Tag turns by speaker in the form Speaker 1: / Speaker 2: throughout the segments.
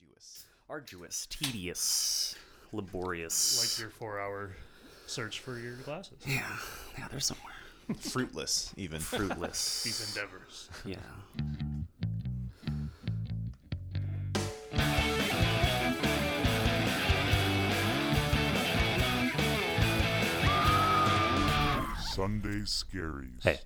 Speaker 1: arduous,
Speaker 2: Arduous, tedious, laborious.
Speaker 3: like your four-hour search for your glasses.
Speaker 2: yeah, yeah, they're somewhere.
Speaker 1: fruitless, even.
Speaker 2: Fruitless.
Speaker 3: These endeavors.
Speaker 2: yeah.
Speaker 4: Sunday Scaries.
Speaker 2: Hey.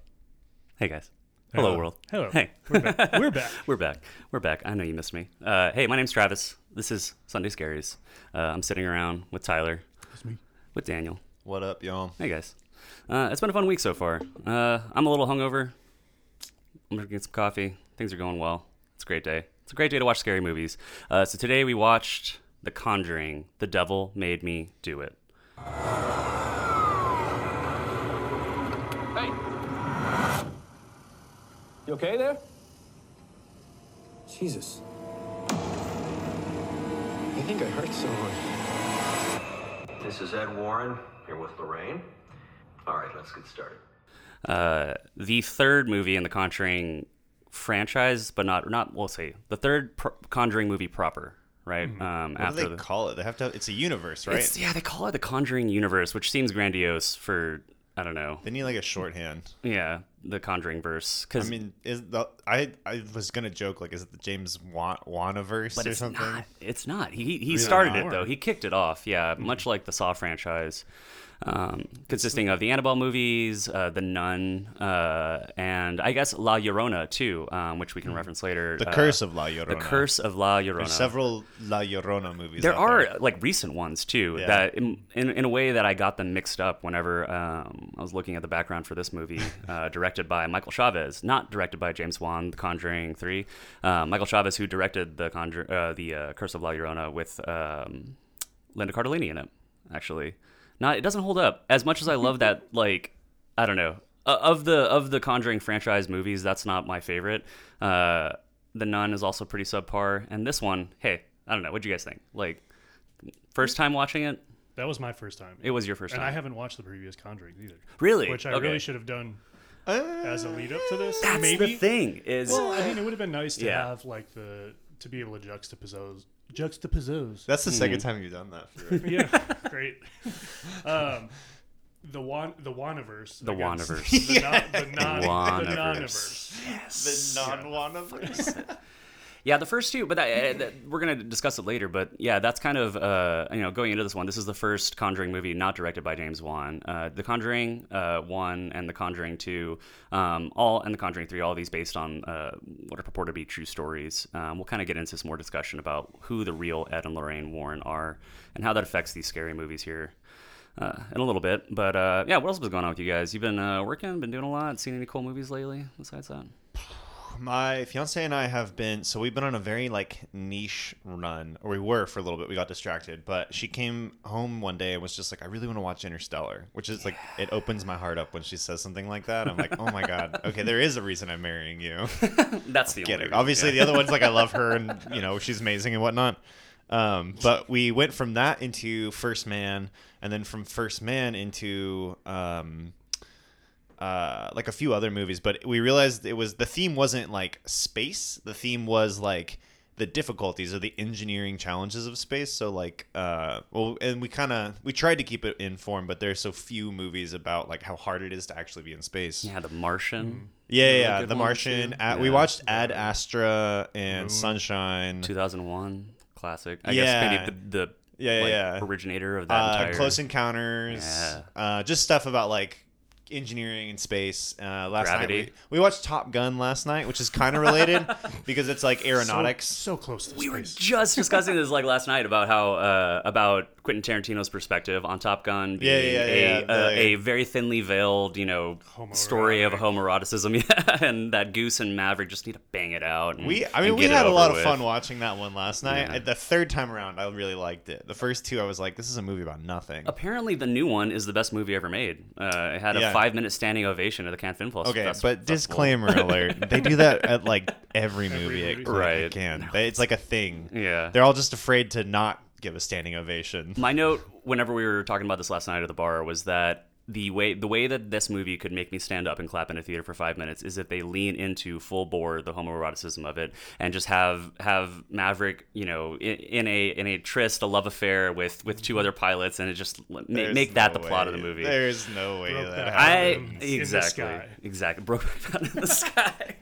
Speaker 2: Hey guys. Hello,
Speaker 3: Hello.
Speaker 2: world.
Speaker 3: Hello.
Speaker 2: Hey.
Speaker 3: We're back. We're back.
Speaker 2: We're back. We're back. I know you missed me. Uh, hey, my name's Travis. This is Sunday Scaries. Uh, I'm sitting around with Tyler. With Daniel.
Speaker 1: What up, y'all?
Speaker 2: Hey guys. Uh, it's been a fun week so far. Uh, I'm a little hungover. I'm gonna get some coffee. Things are going well. It's a great day. It's a great day to watch scary movies. Uh, so today we watched The Conjuring. The Devil Made Me Do It.
Speaker 5: Hey! You okay there?
Speaker 6: Jesus. I think I hurt someone.
Speaker 7: This is Ed Warren here with Lorraine. All right, let's get started.
Speaker 2: uh, the third movie in the Conjuring franchise, but not not we'll say the third pro- Conjuring movie proper, right? Um,
Speaker 1: Mm-hmm. What do
Speaker 2: after
Speaker 1: they
Speaker 2: the,
Speaker 1: call it? They have to. It's a universe, right?
Speaker 2: it's, yeah, they call it the Conjuring universe, which seems grandiose for I don't know,
Speaker 1: They need like a shorthand.
Speaker 2: yeah, the Conjuring verse because
Speaker 1: I mean, is the I I was gonna joke like, is it the James Wan Wanaverse
Speaker 2: but
Speaker 1: or
Speaker 2: it's
Speaker 1: something?
Speaker 2: not. It's not. He he started it
Speaker 3: not.
Speaker 2: though. He kicked it off. Yeah,
Speaker 1: Mm-hmm.
Speaker 2: much like the Saw franchise, um, consisting of the Annabelle movies, uh, the Nun, uh, and I guess La Llorona too, um, which we can reference later.
Speaker 1: Mm-hmm. The
Speaker 2: uh,
Speaker 1: Curse of La Llorona.
Speaker 2: The Curse of La Llorona.
Speaker 1: There's several La Llorona movies.
Speaker 2: there
Speaker 1: out
Speaker 2: are like recent ones too
Speaker 1: Yeah.
Speaker 2: that in, in, in a way that i got them mixed up whenever um, i was looking at the background for this movie uh, directed by michael chavez not directed by james wan the conjuring 3 uh, michael chavez who directed the Conjur- uh, the uh, curse of la llorona with um, linda cardellini in it actually not it doesn't hold up as much as i love that like i don't know Uh, of the of the conjuring franchise movies that's not my favorite uh the nun is also pretty subpar and this one hey i don't know what do you guys think like First time watching it?
Speaker 3: That was my first time.
Speaker 2: It was your first
Speaker 3: and
Speaker 2: time.
Speaker 3: I haven't watched the previous Conjuring either.
Speaker 2: Really?
Speaker 3: Which I
Speaker 2: Okay.
Speaker 3: really should have done as
Speaker 1: Ah,
Speaker 3: a lead up to this.
Speaker 2: That's
Speaker 3: maybe.
Speaker 2: the thing is
Speaker 3: Well, I mean, it would have been nice to
Speaker 2: Yeah.
Speaker 3: have like the to be able to juxtapose juxtapose.
Speaker 1: That's the second
Speaker 2: Hmm.
Speaker 1: time you've done that. For real.
Speaker 3: yeah, great. Um, the one the Wanaverse.
Speaker 2: the
Speaker 3: against
Speaker 2: Wanaverse.
Speaker 3: The, non, the, non, the
Speaker 2: Wanaverse.
Speaker 3: Nonaverse.
Speaker 1: the non-Wanaverse.
Speaker 2: yeah, the first two, but I, I, that, we're gonna discuss it later. But yeah, that's kind of uh, you know going into this one. This is the first Conjuring movie not directed by James Wan. Uh, the Conjuring uh, one and the Conjuring two, um, all and the Conjuring three, all these based on uh, what are purported to be true stories. Um, we'll kind of get into some more discussion about who the real Ed and Lorraine Warren are and how that affects these scary movies here. Uh, in a little bit, but uh, yeah, what else was going on with you guys? You've been uh, working, been doing a lot, seen any cool movies lately besides that?
Speaker 1: my fiance and I have been so we've been on a very like niche run, or we were for a little bit. We got distracted, but she came home one day and was just like, "I really want to watch Interstellar," which is like it opens my heart up when she says something like that. I'm like, "Oh my god, okay, there is a reason I'm marrying you."
Speaker 2: That's the
Speaker 1: Get
Speaker 2: only
Speaker 1: it?
Speaker 2: reason,
Speaker 1: Obviously,
Speaker 2: yeah.
Speaker 1: the other one's like, "I love her," and you know she's amazing and whatnot. Um, but we went from that into First Man, and then from First Man into um, uh, like a few other movies, but we realized it was the theme wasn't like space. The theme was like the difficulties or the engineering challenges of space. So like, uh, well, and we kind of we tried to keep it informed, but there's so few movies about like how hard it is to actually be in space. Yeah,
Speaker 2: Yeah, The Martian.
Speaker 1: yeah,
Speaker 2: Really
Speaker 1: yeah.
Speaker 2: good
Speaker 1: The
Speaker 2: one,
Speaker 1: Martian.
Speaker 2: too.
Speaker 1: Ad, We
Speaker 2: Yeah.
Speaker 1: watched Ad Astra and Sunshine.
Speaker 2: 2001 classic. I
Speaker 1: Yeah.
Speaker 2: guess maybe the, the
Speaker 1: Yeah, yeah,
Speaker 2: like,
Speaker 1: yeah.
Speaker 2: originator of that
Speaker 1: uh,
Speaker 2: entire
Speaker 1: Close Encounters,
Speaker 2: Yeah.
Speaker 1: uh, just stuff about like engineering and space. Uh, last night
Speaker 2: Gravity.
Speaker 1: we, we watched Top Gun last night, which is kind of related because it's like
Speaker 3: So-
Speaker 1: aeronautics.
Speaker 3: So, close to
Speaker 2: We were
Speaker 3: space.
Speaker 2: just discussing this like last night about how uh, about Quentin Tarantino's perspective on Top Gun
Speaker 1: Yeah,
Speaker 2: being
Speaker 1: yeah,
Speaker 2: a,
Speaker 1: yeah,
Speaker 2: uh,
Speaker 1: yeah.
Speaker 2: a very thinly veiled you know story of homoeroticism, yeah, and that Goose and Maverick just need to bang it out. and-
Speaker 1: we, I
Speaker 2: and
Speaker 1: mean, we
Speaker 2: get it
Speaker 1: had a
Speaker 2: over
Speaker 1: lot of
Speaker 2: with.
Speaker 1: fun watching that one last night.
Speaker 2: Yeah.
Speaker 1: The third time around, I really liked it. The first two, I was like, "This is a movie about nothing."
Speaker 2: Apparently, the new one is the best movie ever made. Uh, it had a
Speaker 1: Yeah.
Speaker 2: five-minute standing ovation at the Cannes Film Fest.
Speaker 1: Okay,
Speaker 2: Fest-
Speaker 1: but
Speaker 2: Festival.
Speaker 1: disclaimer alert: they do that at like every movie,
Speaker 3: movie.
Speaker 1: It, right?
Speaker 2: Right.
Speaker 1: Can They- it's like a thing.
Speaker 2: Yeah.
Speaker 1: they're all just afraid to not give a standing ovation.
Speaker 2: My note, whenever we were talking about this last night at the bar, was that the way the way that this movie could make me stand up and clap in a theater for five minutes is if they lean into full bore the homoeroticism of it and just have have Maverick you know in, in a in a tryst a love affair with with two other pilots and it just l- ma-
Speaker 1: There's
Speaker 2: make that
Speaker 1: no
Speaker 2: the plot of
Speaker 1: way-
Speaker 2: the movie.
Speaker 1: There's no way
Speaker 3: Brokeback
Speaker 1: that
Speaker 3: Mountain.
Speaker 1: happened.
Speaker 2: I
Speaker 3: Mountain in the
Speaker 2: exactly
Speaker 3: sky.
Speaker 2: exactly broke down in the sky.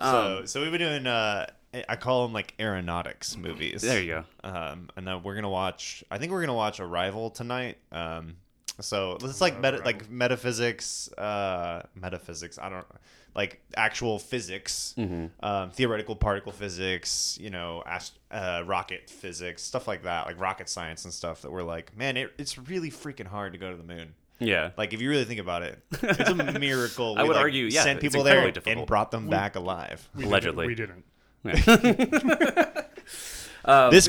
Speaker 2: Um,
Speaker 1: so, so we've been doing. Uh, I call them like aeronautics movies.
Speaker 2: There you go.
Speaker 1: Um, and then we're gonna watch. I think we're gonna watch Arrival tonight. Um, so it's like meta, like metaphysics, uh, metaphysics. I don't like actual physics,
Speaker 2: Mm-hmm.
Speaker 1: um, theoretical particle physics. You know, ast- uh, rocket physics, stuff like that, like rocket science and stuff. That we're like, man, it, it's really freaking hard to go to the moon.
Speaker 2: Yeah.
Speaker 1: Like if you really think about it, it's a miracle.
Speaker 2: I
Speaker 1: we,
Speaker 2: would
Speaker 1: like,
Speaker 2: argue, yeah,
Speaker 1: sent
Speaker 2: it's
Speaker 1: people there
Speaker 2: incredibly difficult.
Speaker 1: and brought them back alive.
Speaker 3: We didn't-
Speaker 2: Allegedly.
Speaker 3: we didn't.
Speaker 2: Um,
Speaker 1: this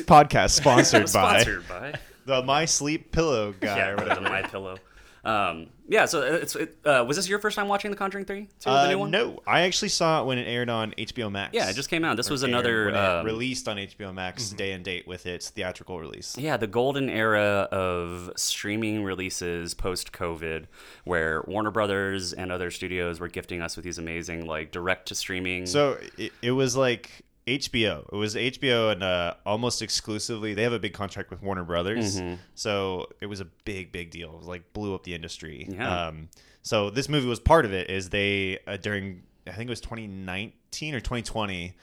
Speaker 1: podcast sponsored by
Speaker 2: Sponsored by.
Speaker 1: the My Sleep Pillow guy.
Speaker 2: yeah,
Speaker 1: or
Speaker 2: the
Speaker 1: whatever.
Speaker 2: my pillow. Um, yeah, so it's it, uh, was this your first time watching The Conjuring Three? Too, the
Speaker 1: Uh,
Speaker 2: new one?
Speaker 1: no, I actually saw it when it aired on HBO Max.
Speaker 2: Yeah, it just came out. This was
Speaker 1: Aired
Speaker 2: another
Speaker 1: when it
Speaker 2: um, mm-hmm.
Speaker 1: released on HBO Max day and date with its theatrical release.
Speaker 2: Yeah, the golden era of streaming releases post COVID, where Warner Brothers and other studios were gifting us with these amazing like direct to streaming.
Speaker 1: So it, it was like HBO. It was HBO and uh, almost exclusively. They have a big contract with Warner Brothers,
Speaker 2: Mm-hmm.
Speaker 1: so it was a big, big deal. It was like blew up the industry.
Speaker 2: Yeah.
Speaker 1: Um, so this movie was part of it. Is they uh, during I think it was 2019 or 2020.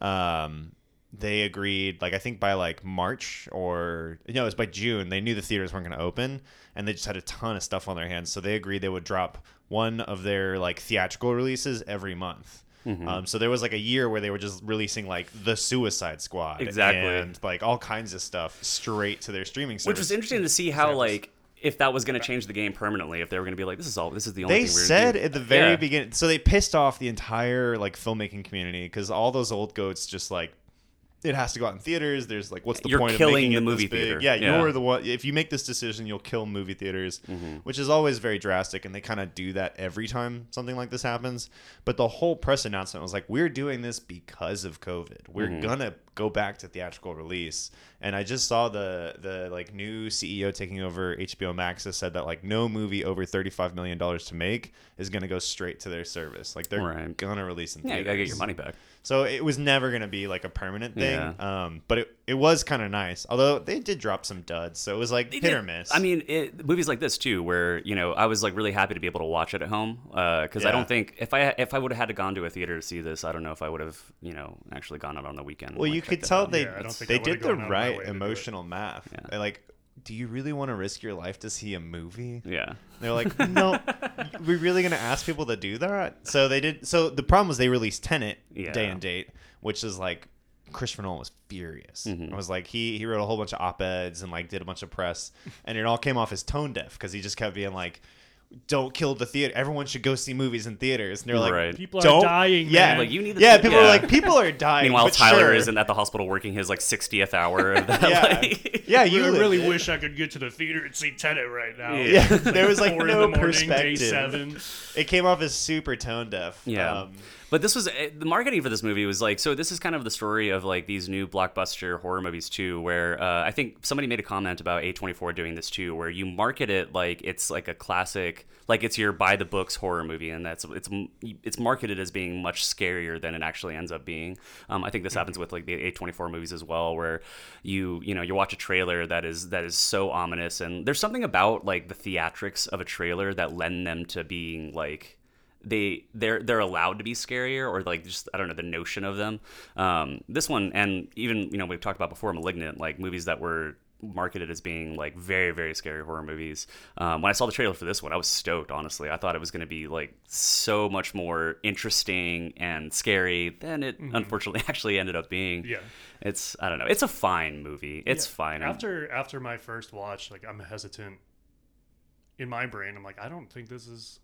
Speaker 1: Um, they agreed, like I think by like March or no, it was by June. They knew the theaters weren't going to open, and they just had a ton of stuff on their hands. So they agreed they would drop one of their like theatrical releases every month.
Speaker 2: Mm-hmm.
Speaker 1: Um, so there was like a year where they were just releasing like the Suicide Squad,
Speaker 2: Exactly.
Speaker 1: and like all kinds of stuff straight to their streaming service.
Speaker 2: which was interesting to see how like if that was going to change the game permanently. If they were going to be like, this is all, this is the only.
Speaker 1: They
Speaker 2: thing we're gonna
Speaker 1: said
Speaker 2: do.
Speaker 1: at the very
Speaker 2: Yeah.
Speaker 1: beginning, so they pissed off the entire like filmmaking community because all those old goats just like it has to go out in theaters. There's like, what's the
Speaker 2: You're
Speaker 1: point
Speaker 2: killing
Speaker 1: of making
Speaker 2: the
Speaker 1: it this
Speaker 2: movie
Speaker 1: big?
Speaker 2: theater.
Speaker 1: Yeah,
Speaker 2: Yeah.
Speaker 1: you're the one. If you make this decision, you'll kill movie theaters,
Speaker 2: Mm-hmm.
Speaker 1: which is always very drastic, and they kind of do that every time something like this happens. But the whole press announcement was like, we're doing this because of COVID. We're
Speaker 2: Mm-hmm.
Speaker 1: gonna go back to theatrical release. And I just saw the the like new CEO taking over HBO Max has said that like no movie over thirty five million dollars to make is gonna go straight to their service. Like they're
Speaker 2: Right.
Speaker 1: gonna release in
Speaker 2: yeah,
Speaker 1: theaters.
Speaker 2: you gotta get your money back.
Speaker 1: So it was never going to be like a permanent thing.
Speaker 2: Yeah.
Speaker 1: Um, but it, it was kind of nice. Although they did drop some duds. So it was like hit
Speaker 2: Yeah,
Speaker 1: or miss.
Speaker 2: I mean, it, movies like this too, where you know I was like really happy to be able to watch it at home because I
Speaker 1: Yeah.
Speaker 2: don't think if I if I would have had to gone to a theater to see this, I don't know if I would have you know actually gone out on the weekend. and,
Speaker 1: well,
Speaker 2: like,
Speaker 1: you
Speaker 2: checked
Speaker 1: could
Speaker 2: it
Speaker 1: tell
Speaker 2: out.
Speaker 1: they,
Speaker 3: Yeah, I don't think
Speaker 1: they
Speaker 3: I would've
Speaker 1: did the
Speaker 3: gone out of my way
Speaker 1: right
Speaker 3: to do it.
Speaker 1: emotional math. They're like, do you really want to risk your life to see a movie?
Speaker 2: yeah.
Speaker 1: They're like, no, we're really gonna ask people to do that. So they did. So the problem was they released Tenet
Speaker 2: Yeah.
Speaker 1: day and date, which is like Christopher Nolan was furious.
Speaker 2: Mm-hmm.
Speaker 1: It was like he he wrote a whole bunch of op eds and like did a bunch of press, and it all came off as tone deaf because he just kept being like. Don't kill the theater. Everyone should go see movies in theaters. And they're like,
Speaker 2: Right.
Speaker 3: People are
Speaker 1: "Don't-"
Speaker 3: dying,
Speaker 1: Yeah,
Speaker 3: man.
Speaker 2: Like, you need the
Speaker 1: yeah.
Speaker 2: theater.
Speaker 1: People are
Speaker 2: Yeah.
Speaker 1: like, people are dying.
Speaker 2: Meanwhile,
Speaker 1: but
Speaker 2: Tyler
Speaker 1: sure.
Speaker 2: isn't at the hospital working his like 60th hour of that.
Speaker 1: Yeah,
Speaker 2: like-
Speaker 1: yeah.
Speaker 3: You
Speaker 1: You
Speaker 3: I really
Speaker 1: live-
Speaker 3: wish I could get to the theater and see Tenet right now.
Speaker 1: Yeah, there was like
Speaker 3: Four
Speaker 1: no
Speaker 3: in the morning, day
Speaker 1: perspective.
Speaker 3: seven.
Speaker 1: It came off as super tone deaf.
Speaker 2: Yeah.
Speaker 1: Um,
Speaker 2: but this was eh, the marketing for this movie was like so this is kind of the story of like these new blockbuster horror movies too where uh, I think somebody made a comment about A24 doing this too where you market it like it's like a classic like it's your by the books horror movie and that's it's m- it's marketed as being much scarier than it actually ends up being. Um, I think this happens with like the A24 movies as well where you you know you watch a trailer that is that is so ominous and there's something about like the theatrics of a trailer that lend them to being like they they're they're allowed to be scarier or like just I don't know the notion of them. Um, this one and even you know we've talked about before Malignant like movies that were marketed as being like very very scary horror movies. Um, when I saw the trailer for this one, I was stoked honestly. I thought it was going to be like so much more interesting and scary than it unfortunately actually ended up being.
Speaker 3: Mm-hmm. Yeah.
Speaker 2: it's I don't know. It's a fine movie. It's
Speaker 3: Yeah.
Speaker 2: fine. I'm-
Speaker 3: After after my first watch, like I'm hesitant. In my brain, I'm like, I don't think this is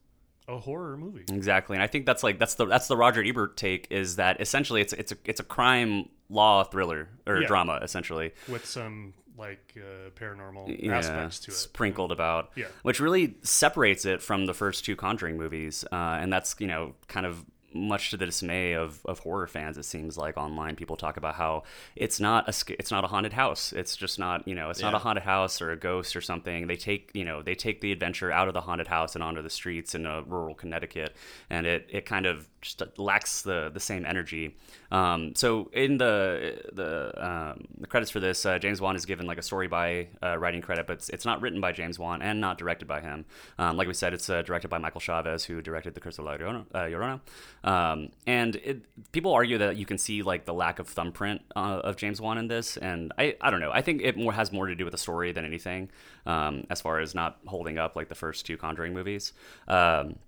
Speaker 3: a horror movie.
Speaker 2: Exactly, and I think that's like that's the that's the Roger Ebert take is that essentially it's it's a it's a crime law thriller or
Speaker 3: Yeah.
Speaker 2: drama essentially
Speaker 3: with some like uh, paranormal
Speaker 2: yeah,
Speaker 3: aspects to it.
Speaker 2: sprinkled about,
Speaker 3: Yeah.
Speaker 2: which really separates it from the first two Conjuring movies, uh, and that's you know kind of much to the dismay of, of horror fans, it seems like online people talk about how it's not a sc- it's not a haunted house. It's just not you know it's not a
Speaker 1: Yeah.
Speaker 2: haunted house or a ghost or something. They take you know they take the adventure out of the haunted house and onto the streets in uh, rural Connecticut, and it, it kind of just lacks the the same energy. Um, so in the the, um, the credits for this, uh, James Wan is given like a story by uh, writing credit, but it's, it's not written by James Wan and not directed by him. Um, like we said, it's uh, directed by Michael Chavez, who directed The Curse of La Llorona. Uh, Llorona. Um, and it, people argue that you can see like the lack of thumbprint uh, of James Wan in this, and I, I don't know. I think it more has more to do with the story than anything, um, as far as not holding up like the first two Conjuring movies. Um,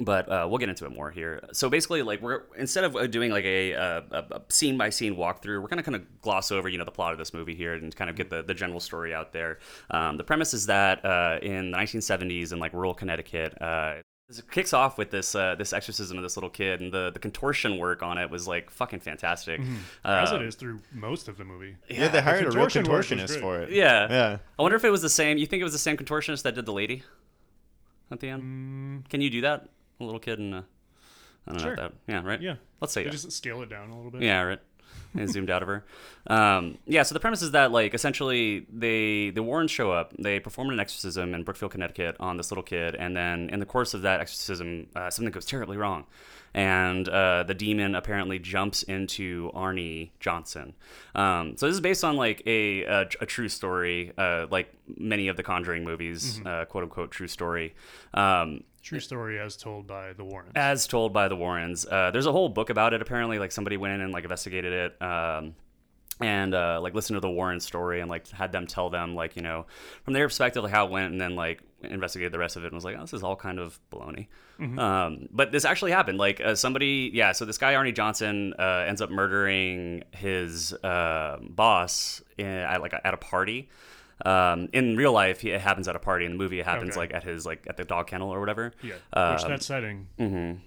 Speaker 2: but uh, we'll get into it more here. So basically, like we're instead of uh, doing like a, uh, a, a scene by scene walkthrough, we're gonna kind of gloss over you know the plot of this movie here and kind of get the, the general story out there. Um, the premise is that uh, in the 1970s in like rural Connecticut. Uh, it kicks off with this uh, this exorcism of this little kid, and the, the contortion work on it was like fucking fantastic.
Speaker 3: Mm-hmm. as
Speaker 2: Uh,
Speaker 3: it is through most of the movie.
Speaker 1: Yeah, they hired a real
Speaker 3: contortion work was
Speaker 1: contortionist
Speaker 3: great.
Speaker 1: for it.
Speaker 2: Yeah.
Speaker 1: Yeah.
Speaker 2: I wonder if it was the same. You think it was the same contortionist that did the lady at the end? Can you do that? A little kid and I I don't
Speaker 3: Mm. Sure.
Speaker 2: know. That, yeah, right.
Speaker 3: Yeah.
Speaker 2: Let's say
Speaker 3: They
Speaker 2: yeah.
Speaker 3: just scale it down a little bit.
Speaker 2: Yeah, right. And zoomed out of her. Um, yeah, so the premise is that like essentially they the Warrens show up, they perform an exorcism in Brookfield, Connecticut, on this little kid, and then in the course of that exorcism, uh, something goes terribly wrong, and uh, the demon apparently jumps into Arnie Johnson. Um, so this is based on like a a, a true story, uh, like many of the Conjuring movies,
Speaker 3: Mm-hmm.
Speaker 2: uh, quote unquote true story. Um,
Speaker 3: True story as told by the Warrens.
Speaker 2: as told by the Warrens. Uh, there's a whole book about it. Apparently, like somebody went in and like investigated it. Um, and uh, like listened to the Warren story and like had them tell them like you know from their perspective like how it went and then like investigated the rest of it and was like oh, this is all kind of baloney.
Speaker 3: Mm-hmm.
Speaker 2: Um, but this actually happened. Like uh, somebody yeah so this guy Arnie Johnson uh, ends up murdering his uh, boss in, at like a, at a party. Um, in real life, he- it happens at a party. In the movie, it happens
Speaker 3: Okay.
Speaker 2: like at his like at the dog kennel or whatever.
Speaker 3: yeah. Which
Speaker 2: Um,
Speaker 3: that setting,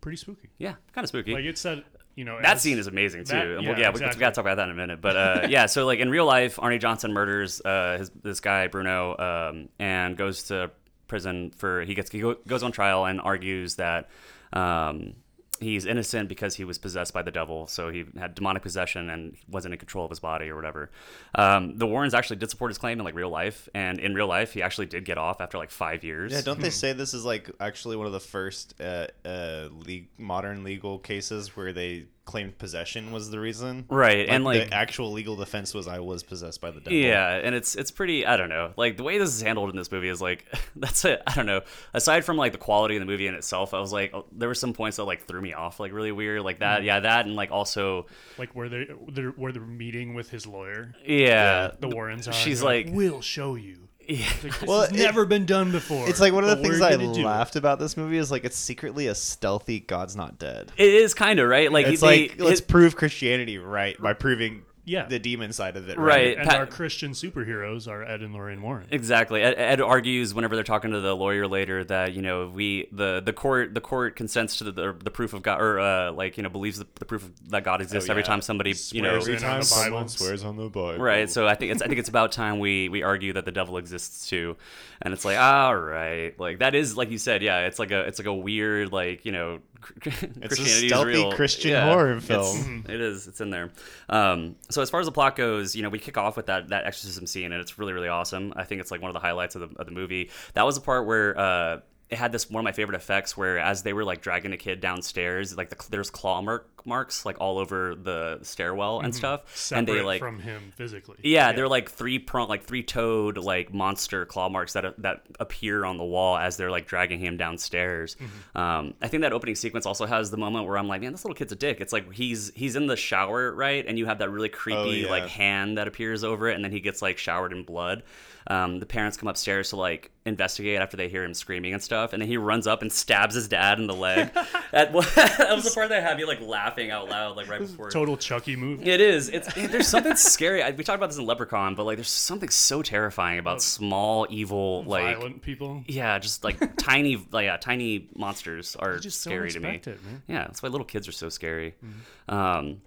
Speaker 3: pretty spooky.
Speaker 2: yeah, kind of spooky.
Speaker 3: Like it said, you know,
Speaker 2: That
Speaker 3: as-
Speaker 2: scene is amazing too.
Speaker 3: that-
Speaker 2: and
Speaker 3: yeah,
Speaker 2: we'll, yeah, we- we,
Speaker 3: exactly.
Speaker 2: gotta talk about that in a minute. But uh, yeah, so like in real life, Arnie Johnson murders uh, his this guy Bruno um, and goes to prison for he gets he go, goes on trial and argues that um, he's innocent because he was possessed by the devil, so he had demonic possession and wasn't in control of his body or whatever. Um, the Warrens actually did support his claim in like real life, and in real life, he actually did get off after like five years.
Speaker 1: Yeah, don't they say this is like actually one of the first uh, uh, le- modern legal cases where they claimed possession was the reason?
Speaker 2: Right, and, like-
Speaker 1: the actual legal defense was I was possessed by the devil.
Speaker 2: Yeah, and it's it's pretty. I don't know. Like the way this is handled in this movie is like that's it. I don't know. Aside from like the quality of the movie in itself, I was like oh, there were some points that like threw me off like really weird like that. Yeah, that and like also
Speaker 3: like where they they're, where they're meeting with his lawyer.
Speaker 1: Uh,
Speaker 2: yeah.
Speaker 3: The Warrens are.
Speaker 2: she's
Speaker 3: They're
Speaker 2: like-
Speaker 3: we'll show you. It's like, this
Speaker 1: Well,
Speaker 3: has
Speaker 1: it-
Speaker 3: never been done before.
Speaker 1: It's like one of the
Speaker 3: but
Speaker 1: things
Speaker 3: we're
Speaker 1: I
Speaker 3: gonna do it.
Speaker 1: laughed about this movie is like it's secretly a stealthy God's not dead.
Speaker 2: it is kind of right. Like
Speaker 1: It's
Speaker 2: they-
Speaker 1: like let's
Speaker 2: it-
Speaker 1: prove Christianity right by proving
Speaker 3: Yeah.
Speaker 1: the demon side of it.
Speaker 2: Right.
Speaker 3: And
Speaker 2: Pat-
Speaker 3: our Christian superheroes are Ed and Lorraine Warren.
Speaker 2: Exactly. Ed, Ed argues whenever they're talking to the lawyer later that you know we the, the court the court consents to the, the, proof of God or uh, like you know believes the, the proof of, that God exists every
Speaker 1: yeah.
Speaker 2: time somebody you know
Speaker 3: Swears in on the Bible.
Speaker 1: on the Bible.
Speaker 2: Right. So I think it's I think it's about time we we argue that the devil exists too, and it's like all right, like that is like you said, yeah. It's like a it's like a weird like you know, it's
Speaker 1: stealthy Christian horror film.
Speaker 2: It's, it is. It's in there. Um, so as far as the plot goes, you know, we kick off with that that exorcism scene, and it's really really awesome. I think it's like one of the highlights of the of the movie. That was the part where. Uh, it had this one of my favorite effects where as they were like dragging the kid downstairs like the, there's claw mark, marks like all over the stairwell and stuff
Speaker 3: Separate
Speaker 2: and they like
Speaker 3: from him physically.
Speaker 2: yeah, they're like three prong, like three toed, like monster claw marks that that appear on the wall as they're like dragging him downstairs. Um, I think that opening sequence also has the moment where I'm like, man, this little kid's a dick. It's like he's he's in the shower, right? And you have that really creepy
Speaker 1: yeah.
Speaker 2: like hand that appears over it, and then he gets like showered in blood. Um, the parents come upstairs to like investigate after they hear him screaming and stuff, and then he runs up and stabs his dad in the leg. that, was- that was the part that had me like laughing out loud, like right before.
Speaker 3: Total Chucky move.
Speaker 2: It is. It's there's something scary. I, we talked about this in Leprechaun, but like there's something so terrifying about small evil like
Speaker 3: Violent people.
Speaker 2: yeah, just like tiny like yeah, tiny monsters are
Speaker 3: just don't
Speaker 2: scary to me.
Speaker 3: expect it, man.
Speaker 2: Yeah, that's why little kids are so scary.
Speaker 1: Mm-hmm.
Speaker 2: Um,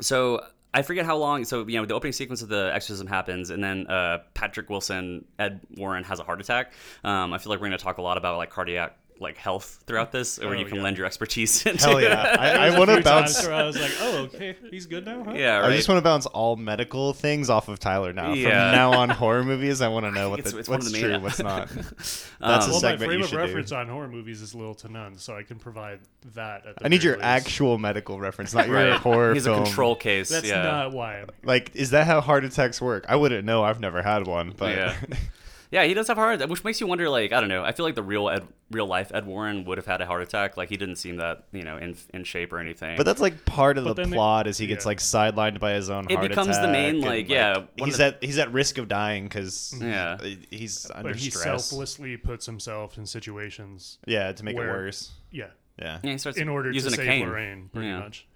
Speaker 2: so I forget how long. So you know, the opening sequence of the exorcism happens, and then uh, Patrick Wilson, Ed Warren has a heart attack. Um, I feel like we're going to talk a lot about like cardiac like health throughout this, or
Speaker 3: Oh,
Speaker 2: you can
Speaker 3: yeah.
Speaker 2: lend your expertise into.
Speaker 1: Hell yeah! I, I want to
Speaker 3: Few times
Speaker 1: bounce.
Speaker 3: where I was like, oh, okay, he's good now, huh?
Speaker 2: yeah, right.
Speaker 1: I just want to bounce all medical things off of Tyler now.
Speaker 2: Yeah.
Speaker 1: From now on, horror movies. I want to know what
Speaker 2: it's-
Speaker 1: the,
Speaker 2: it's one of
Speaker 1: what's
Speaker 2: the main-
Speaker 1: true, what's not.
Speaker 2: Um,
Speaker 1: That's a
Speaker 3: Well, my
Speaker 1: segment you
Speaker 3: frame of
Speaker 1: should do.
Speaker 3: reference on horror movies is little to none, so I can provide that. At the
Speaker 1: I need
Speaker 3: very
Speaker 1: your
Speaker 3: least.
Speaker 1: actual medical reference, not your
Speaker 2: right.
Speaker 1: horror
Speaker 2: He's
Speaker 1: film.
Speaker 2: a control case.
Speaker 3: That's
Speaker 2: yeah.
Speaker 3: not why I'm
Speaker 1: Like, is that how heart attacks work? I wouldn't know. I've never had one, but
Speaker 2: Yeah. Yeah, he does have heart attack, which makes you wonder. Like, I don't know. I feel like the real Ed, real life Ed Warren would have had a heart attack. Like, he didn't seem that you know in in shape or anything.
Speaker 1: but that's like part of the
Speaker 3: then they-
Speaker 1: plot is he gets
Speaker 3: yeah.
Speaker 1: like sidelined by his own
Speaker 2: It
Speaker 1: heart
Speaker 2: becomes the main,
Speaker 1: attack and,
Speaker 2: like, yeah, one
Speaker 1: he's
Speaker 2: of the-
Speaker 1: at he's at risk of dying because
Speaker 2: Yeah.
Speaker 1: he's under
Speaker 3: but he
Speaker 1: stress.
Speaker 3: selflessly puts himself in situations.
Speaker 1: Yeah, to make it
Speaker 3: Where-
Speaker 1: worse.
Speaker 3: Yeah,
Speaker 1: Yeah.
Speaker 2: yeah, he starts
Speaker 3: in order
Speaker 2: using
Speaker 3: to
Speaker 2: a
Speaker 3: save
Speaker 2: cane.
Speaker 3: Lorraine, pretty
Speaker 2: Yeah.
Speaker 3: much.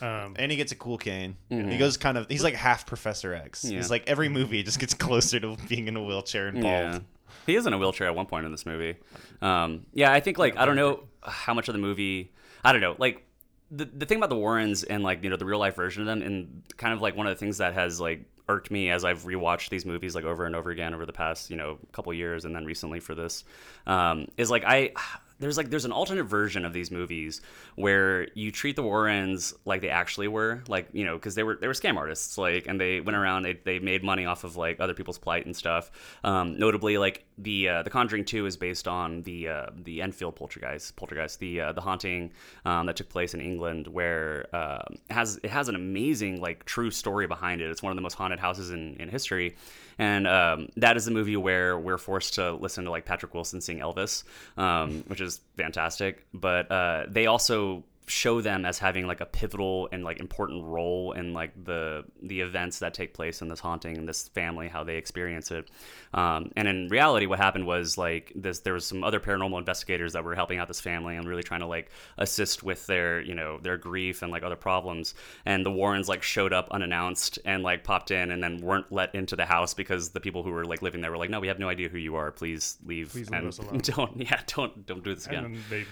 Speaker 3: Um,
Speaker 1: And he gets a cool cane. He goes kind of. He's like half Professor X.
Speaker 2: Mm-hmm. Yeah. Mm-hmm.
Speaker 1: He's like every movie just gets closer to being in a wheelchair and bald.
Speaker 2: Yeah. He is in a wheelchair at one point in this movie. Um, yeah, I think like I don't know how much of the movie I don't know, like the, the thing about the Warrens and like, you know, the real life version of them and kind of like one of the things that has like irked me as I've rewatched these movies like over and over again over the past, you know, couple years and then recently for this, um, is like I there's like there's an alternate version of these movies where you treat the Warrens like they actually were, like you know, because they were they were scam artists, like, and they went around they, they made money off of like other people's plight and stuff. Um, notably, like the uh, the Conjuring Two is based on the uh, the Enfield Poltergeist, Poltergeist, the uh, the haunting um, that took place in England, where uh, it has it has an amazing like true story behind it. It's one of the most haunted houses in in history. And um, that is the movie where we're forced to listen to like Patrick Wilson sing Elvis, um, which is fantastic. But uh, they also show them as having like a pivotal and like important role in like the the events that take place in this haunting and this family how they experience it um, and in reality what happened was like this there was some other paranormal investigators that were helping out this family and really trying to like assist with their you know their grief and like other problems and the warrens like showed up unannounced and like popped in and then weren't let into the house because the people who were like living there were like no we have no idea who you are please leave
Speaker 3: Please leave
Speaker 2: and
Speaker 3: us alone."
Speaker 2: don't yeah don't don't do this again
Speaker 3: and then they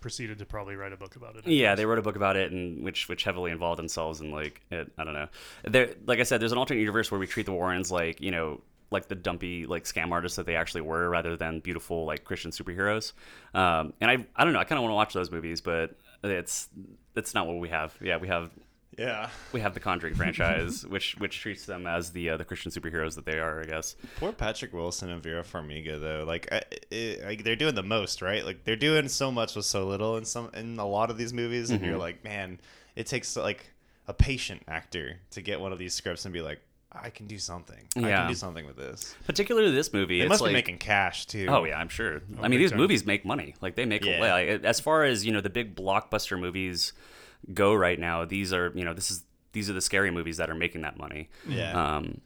Speaker 3: proceeded to probably write a book about it.
Speaker 2: yeah, they wrote a book about it, and which which heavily involved themselves in like it, I don't know. There, like I said, there's an alternate universe where we treat the Warrens like you know like the dumpy like scam artists that they actually were, rather than beautiful like Christian superheroes. Um, and I I don't know. I kind of want to watch those movies, but it's it's not what we have. Yeah, we have
Speaker 1: Yeah.
Speaker 2: we have the Conjuring franchise, which which treats them as the uh, the Christian superheroes that they are, I guess.
Speaker 1: Poor Patrick Wilson and Vera Farmiga though. Like, I, I, like they're doing the most, right? Like they're doing so much with so little in some in a lot of these movies, and
Speaker 2: Mm-hmm.
Speaker 1: you're like, man, it takes like a patient actor to get one of these scripts and be like, I can do something. I
Speaker 2: Yeah.
Speaker 1: can do something with this.
Speaker 2: Particularly this movie,
Speaker 1: They
Speaker 2: it's
Speaker 1: must
Speaker 2: like,
Speaker 1: be making cash too.
Speaker 2: Oh yeah, I'm sure. I mean, these movies make money. Like they make
Speaker 1: Yeah.
Speaker 2: like, as far as you know, the big blockbuster movies go right now. These are you know this is these are the scary movies that are making that money.
Speaker 1: Yeah.
Speaker 2: Um,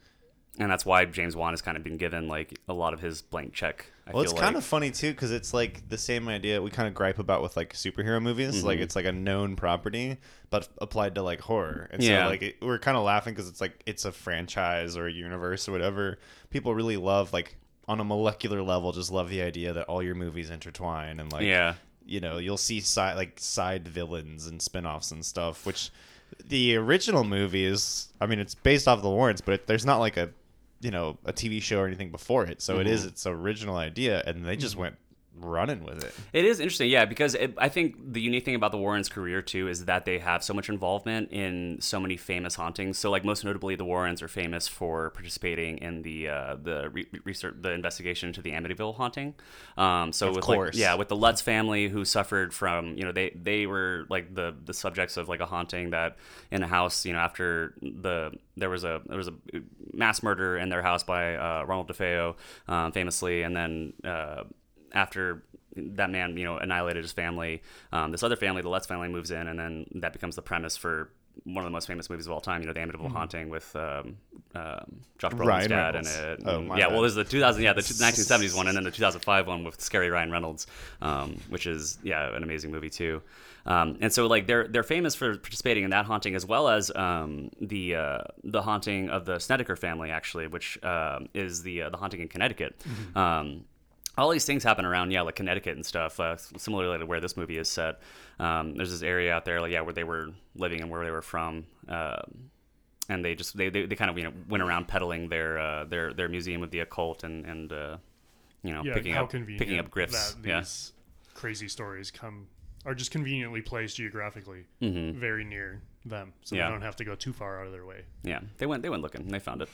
Speaker 2: and that's why James Wan has kind of been given like a lot of his blank check. I
Speaker 1: Well,
Speaker 2: feel
Speaker 1: it's kind
Speaker 2: like.
Speaker 1: of funny too because it's like the same idea we kind of gripe about with like superhero movies.
Speaker 2: Mm-hmm.
Speaker 1: Like it's like a known property, but applied to like horror. And
Speaker 2: Yeah.
Speaker 1: so like it, we're kind of laughing because it's like it's a franchise or a universe or whatever. People really love like on a molecular level, just love the idea that all your movies intertwine and like
Speaker 2: Yeah.
Speaker 1: you know you'll see side like side villains and spin-offs and stuff. Which the original movie is, I mean, it's based off the Lawrence, but it, there's not like a you know a TV show or anything before it, so it is its original idea, and they just went running with it.
Speaker 2: It is interesting, yeah, because it, I think the unique thing about the Warrens' career too is that they have so much involvement in so many famous hauntings. So, like most notably, the Warrens are famous for participating in the uh, the re- research, the investigation into the Amityville haunting. Um, so,
Speaker 1: Of
Speaker 2: with
Speaker 1: course.
Speaker 2: Like, yeah, with the Lutz family who suffered from, you know, they they were like the the subjects of like a haunting that in a house, you know, after the there was a there was a mass murder in their house by uh, Ronald DeFeo, um, famously, and then. Uh, after that man, you know, annihilated his family, um, this other family, the Letts family, moves in, and then that becomes the premise for one of the most famous movies of all time, you know, The Amityville Haunting with um, um, Josh Brolin's
Speaker 1: Ryan
Speaker 2: dad
Speaker 1: Reynolds.
Speaker 2: in it.
Speaker 1: Oh,
Speaker 2: And-
Speaker 1: my
Speaker 2: yeah,
Speaker 1: bad.
Speaker 2: well, there's the 2000, yeah, the 1970s one, and then the 2005 one with scary Ryan Reynolds, um, which is yeah, an amazing movie too. Um, and so like they're they're famous for participating in that haunting as well as um, the uh, the haunting of the Snedeker family actually, which um, is the uh, the haunting in Connecticut. Um, all these things happen around yeah like connecticut and stuff uh, similarly to where this movie is set um, there's this area out there like yeah where they were living and where they were from Um and they just they, they, they kind of you know went around peddling their uh, their their museum of the occult and and uh, you know
Speaker 3: yeah
Speaker 2: picking
Speaker 3: how
Speaker 2: up
Speaker 3: convenient
Speaker 2: picking up grifts
Speaker 3: that
Speaker 2: yeah
Speaker 3: these crazy stories come are just conveniently placed geographically very near them, so
Speaker 2: Mm-hmm. Yeah.
Speaker 3: they don't have to go too far out of their way.
Speaker 2: Yeah, they went. They went looking. They found it.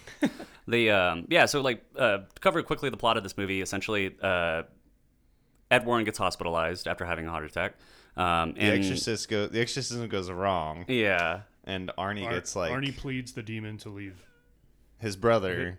Speaker 2: they um, yeah. So like, uh, to cover quickly the plot of this movie. Essentially, uh, Ed Warren gets hospitalized after having a heart attack. Um,
Speaker 1: The
Speaker 2: and
Speaker 1: exorcist go, the exorcism goes wrong,
Speaker 2: Yeah,
Speaker 1: and Arnie
Speaker 3: Ar-
Speaker 1: gets like
Speaker 3: Arnie pleads the demon to leave.
Speaker 1: his brother,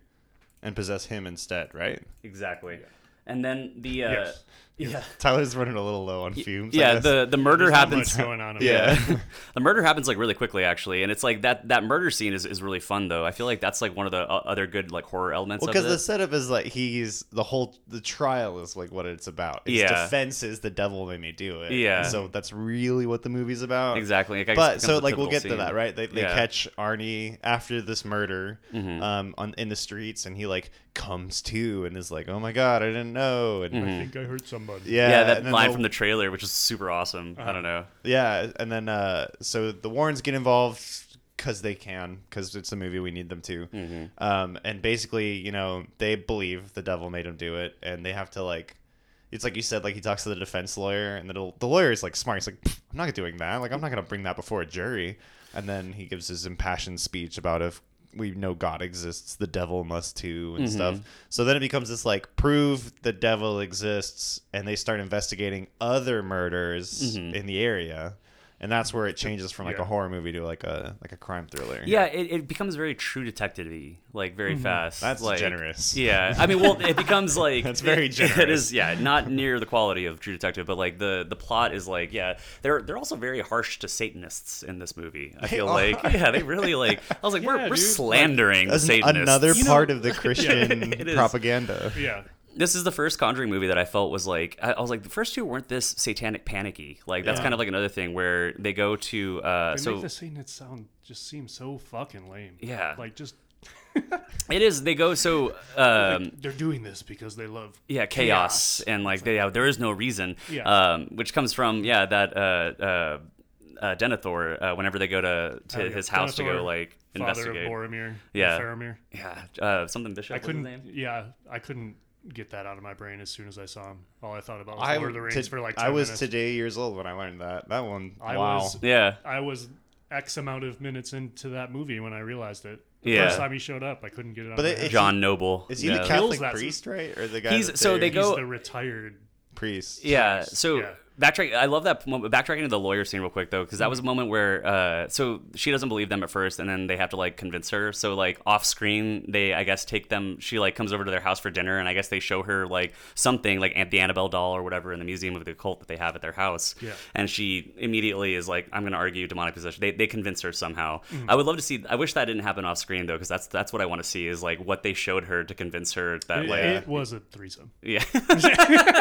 Speaker 1: and possess him instead. Right?
Speaker 2: exactly. And then the uh,
Speaker 3: Yes.
Speaker 2: yeah
Speaker 1: Tyler's running a little low on fumes. I
Speaker 2: yeah
Speaker 1: guess.
Speaker 2: the the murder
Speaker 3: There's not
Speaker 2: happens.
Speaker 3: much going on. in there.
Speaker 1: yeah.
Speaker 2: the murder happens like really quickly actually and it's like that that murder scene is, is really fun though i feel like that's like one of the o- other good like horror elements
Speaker 1: Well,
Speaker 2: of it.
Speaker 1: because the setup is like he's the whole the trial is like what it's about. His
Speaker 2: Yeah.
Speaker 1: defense is the devil made me do it.
Speaker 2: Yeah.
Speaker 1: so that's really what the movie's about.
Speaker 2: Exactly. Like, I guess it
Speaker 1: But
Speaker 2: becomes
Speaker 1: so
Speaker 2: a
Speaker 1: like we'll
Speaker 2: pivotal
Speaker 1: get to
Speaker 2: scene.
Speaker 1: that right. They, they
Speaker 2: Yeah. Mm-hmm.
Speaker 1: catch Arnie after this murder, um, on in the streets, and he like comes to and is like, "Oh my god, I didn't know." And
Speaker 3: I think I heard somebody.
Speaker 1: yeah,
Speaker 2: Mm-hmm. yeah, that
Speaker 1: and then Uh-huh.
Speaker 2: line
Speaker 1: the-
Speaker 2: from the trailer which is super awesome i don't know
Speaker 1: yeah, and then uh, so the Warrens get involved because they can, because it's a movie we need them to. Um, and basically, you know, they believe the devil made him do it, and they have to like. It's like you said, like he talks to the defense lawyer, and the the lawyer is like smart. He's like, "Pfft, I'm not doing that. Like, I'm not gonna bring that before a jury. And then he gives his impassioned speech about if we know God exists, the devil must too,
Speaker 2: Mm-hmm.
Speaker 1: and stuff. So then it becomes this like prove the devil exists, and they start investigating other murders
Speaker 2: Mm-hmm.
Speaker 1: in the area, and that's where it changes from like a
Speaker 3: Yeah.
Speaker 1: horror movie to like a like a crime thriller.
Speaker 2: yeah it, it becomes very true detective like very fast
Speaker 1: Mm-hmm. That's
Speaker 2: like,
Speaker 1: generous.
Speaker 2: yeah i mean well it becomes like
Speaker 1: That's very
Speaker 2: it
Speaker 1: generous.
Speaker 2: is yeah not near the quality of true detective but like the the plot is like yeah they're they're also very harsh to satanists in this movie i feel like yeah they really like i was like we're, we're
Speaker 3: dude.
Speaker 2: slandering the
Speaker 1: That's an-
Speaker 2: satanists
Speaker 1: another
Speaker 2: You know?
Speaker 1: part of the Christian
Speaker 2: it is.
Speaker 1: propaganda.
Speaker 3: yeah.
Speaker 2: this is the first Conjuring movie that I felt was like I, I was like the first two weren't this satanic panicky like that's kind of like another thing where they go to uh,
Speaker 3: They
Speaker 2: so
Speaker 3: make the scene that sound just seems so fucking lame.
Speaker 2: Yeah.
Speaker 3: like just
Speaker 2: it is they go so um,
Speaker 3: they're doing this because they love.
Speaker 2: yeah chaos, and like they have, there is no reason
Speaker 3: Yeah.
Speaker 2: um, which comes from yeah that uh, uh, uh, Denethor uh, whenever they go to to
Speaker 3: Oh, yeah.
Speaker 2: his house to
Speaker 3: Denethor,
Speaker 2: go like
Speaker 3: father
Speaker 2: investigate
Speaker 3: of Boromir.
Speaker 2: Yeah.
Speaker 3: Faramir.
Speaker 2: yeah uh, something Bishop
Speaker 3: I
Speaker 2: was his
Speaker 3: couldn't.
Speaker 2: name
Speaker 3: Yeah, I couldn't get that out of my brain as soon as I saw him. All I thought about was
Speaker 1: I,
Speaker 3: Lord of the Rings
Speaker 1: to-
Speaker 3: for like. 10
Speaker 1: I was
Speaker 3: minutes.
Speaker 1: today years old when I learned that. That one.
Speaker 3: I
Speaker 1: wow.
Speaker 3: was.
Speaker 2: yeah
Speaker 3: I was X amount of minutes into that movie when I realized it. The
Speaker 2: Yeah.
Speaker 3: First time he showed up, I couldn't get it out.
Speaker 1: But
Speaker 3: of
Speaker 1: it-
Speaker 3: my head.
Speaker 1: it's-
Speaker 2: John Noble
Speaker 1: Is he
Speaker 2: yeah.
Speaker 1: the
Speaker 3: Kills
Speaker 1: Catholic
Speaker 3: that-
Speaker 1: priest, right, or the guy?
Speaker 2: He's-
Speaker 1: that
Speaker 2: so they
Speaker 1: they're-
Speaker 2: go-
Speaker 3: He's
Speaker 2: oh.
Speaker 3: the retired.
Speaker 1: priest.
Speaker 2: Yeah. So
Speaker 3: Yeah.
Speaker 2: backtrack. I love that moment. Backtracking to the lawyer scene real quick though, because that was a moment where uh, so she doesn't believe them at first, and then they have to like convince her. So like off screen, they I guess take them. She like comes over to their house for dinner, and I guess they show her like something like Aunt the Annabelle doll or whatever in the museum of the occult that they have at their house.
Speaker 3: Yeah.
Speaker 2: And she immediately is like, I'm gonna argue demonic possession. They they convince her somehow.
Speaker 3: Mm-hmm.
Speaker 2: I would love to see. I wish that didn't happen off screen though, because that's that's what I want to see is like what they showed her to convince her that
Speaker 3: It,
Speaker 2: like
Speaker 3: it was a threesome.
Speaker 2: yeah.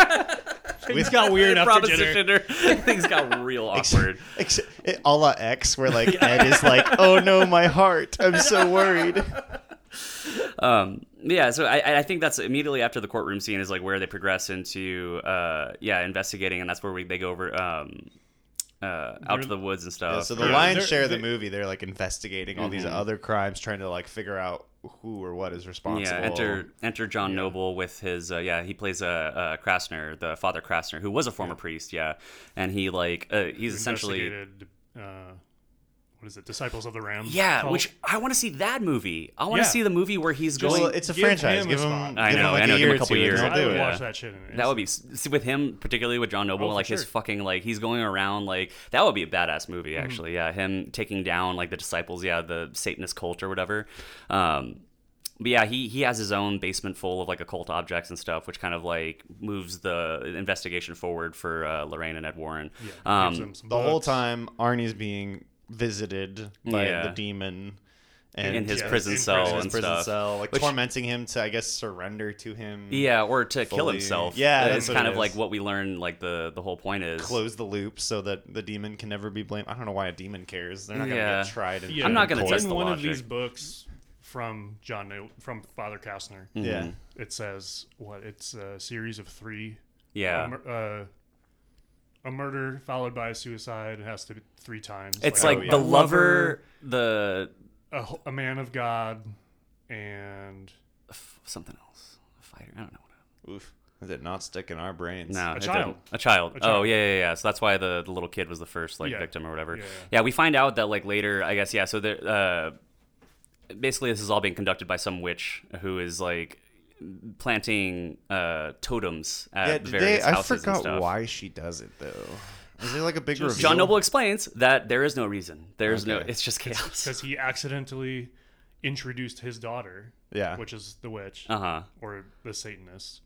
Speaker 3: Things got weird after dinner.
Speaker 2: Proposition her. Things got real awkward.
Speaker 1: Ex- it- a la X, where like Ed is like, "Oh no, my heart! I'm so worried."
Speaker 2: Um, yeah, so I, I think that's immediately after the courtroom scene is like where they progress into uh, yeah investigating, and that's where we, they go over um, uh, out to the woods and stuff.
Speaker 1: so the
Speaker 3: Yeah,
Speaker 1: lion's
Speaker 3: they're-
Speaker 1: share of the
Speaker 3: they- Mm-hmm.
Speaker 1: movie, they're like investigating all these other crimes, trying to like figure out who or what is responsible.
Speaker 2: yeah, enter enter John Noble with his uh, yeah he plays a uh, uh, Krasner, the father Krasner, who was a former priest, yeah, and he like uh, he's essentially
Speaker 3: Investigated, Uh, what is it? Disciples of the Ram.
Speaker 2: yeah,
Speaker 3: cult.
Speaker 2: which I want to see that movie. I want to
Speaker 3: Yeah.
Speaker 2: see the movie where he's
Speaker 1: Well,
Speaker 2: going.
Speaker 1: it's a
Speaker 3: give him
Speaker 1: franchise.
Speaker 3: a
Speaker 1: give him,
Speaker 3: spot.
Speaker 2: I
Speaker 1: give him
Speaker 2: know,
Speaker 1: like
Speaker 2: I know, give
Speaker 1: a year
Speaker 2: him a
Speaker 1: or
Speaker 2: couple
Speaker 1: two, and
Speaker 2: years.
Speaker 1: they'll
Speaker 3: I
Speaker 1: do
Speaker 3: would
Speaker 1: it.
Speaker 3: watch that shit. In
Speaker 2: That would be see, with him particularly with John Noble,
Speaker 3: Oh, for
Speaker 2: like his
Speaker 3: sure. Mm-hmm.
Speaker 2: fucking like he's going around like that would be a badass movie actually. Yeah, him taking down like the disciples, yeah, the Satanist cult or whatever. Um, but yeah, he he has his own basement full of like occult objects and stuff, which kind of like moves the investigation forward for uh, Lorraine and Ed Warren.
Speaker 3: Yeah,
Speaker 2: um,
Speaker 3: gives him some
Speaker 1: The whole
Speaker 3: books.
Speaker 1: time, Arnie's being visited by
Speaker 2: Yeah.
Speaker 1: the demon, and
Speaker 2: in his
Speaker 3: Yeah,
Speaker 2: prison
Speaker 3: in
Speaker 2: cell
Speaker 3: prison,
Speaker 2: and
Speaker 1: his prison
Speaker 2: stuff.
Speaker 1: cell, like
Speaker 2: Which-
Speaker 1: tormenting him to, I guess, surrender to him.
Speaker 2: Yeah, or to kill
Speaker 1: Fully-
Speaker 2: himself.
Speaker 1: Yeah,
Speaker 2: it's
Speaker 1: that's what
Speaker 2: kind
Speaker 1: it
Speaker 2: of like
Speaker 1: is.
Speaker 2: what we learn. Like the the whole point is
Speaker 1: close the loop so that the demon can never be blamed. I don't know why a demon cares. They're not gonna
Speaker 2: Yeah.
Speaker 1: get tried. And
Speaker 3: Yeah,
Speaker 2: I'm not gonna
Speaker 1: court.
Speaker 2: test
Speaker 3: in
Speaker 2: the
Speaker 3: one
Speaker 2: logic.
Speaker 3: of these books from John No- from Father Kastner.
Speaker 1: Yeah,
Speaker 2: Mm.
Speaker 3: It says what? It's a series of three.
Speaker 2: Yeah.
Speaker 3: A, mur- uh, a murder followed by a suicide. It has to be three times.
Speaker 2: It's
Speaker 1: Oh,
Speaker 2: like
Speaker 1: yeah.
Speaker 2: the lover, the
Speaker 3: a, ho- a man of God, and
Speaker 2: f- something else, a fighter. I don't know. what
Speaker 1: oof. Does it not stick in our brains?
Speaker 2: No,
Speaker 3: A
Speaker 2: it
Speaker 3: child.
Speaker 2: didn't. A child.
Speaker 3: A
Speaker 2: Oh
Speaker 3: child.
Speaker 2: yeah, yeah, yeah. So that's why the, the little kid was the first like
Speaker 3: Yeah.
Speaker 2: victim or whatever.
Speaker 3: Yeah,
Speaker 2: Yeah,
Speaker 3: yeah.
Speaker 2: we find out that like later, I guess. Yeah, so there. Uh, basically, this is all being conducted by some witch who is like planting uh, totems at
Speaker 1: Yeah, did they,
Speaker 2: various
Speaker 1: I
Speaker 2: houses and
Speaker 1: forgot
Speaker 2: stuff.
Speaker 1: why she does it though. Is there like a big reveal?
Speaker 2: John Noble explains that there is no reason. There's no.
Speaker 1: Okay.
Speaker 2: It's just chaos.
Speaker 3: because he accidentally introduced his daughter,
Speaker 1: Yeah.
Speaker 3: which is the witch
Speaker 2: Uh huh.
Speaker 3: or the Satanist,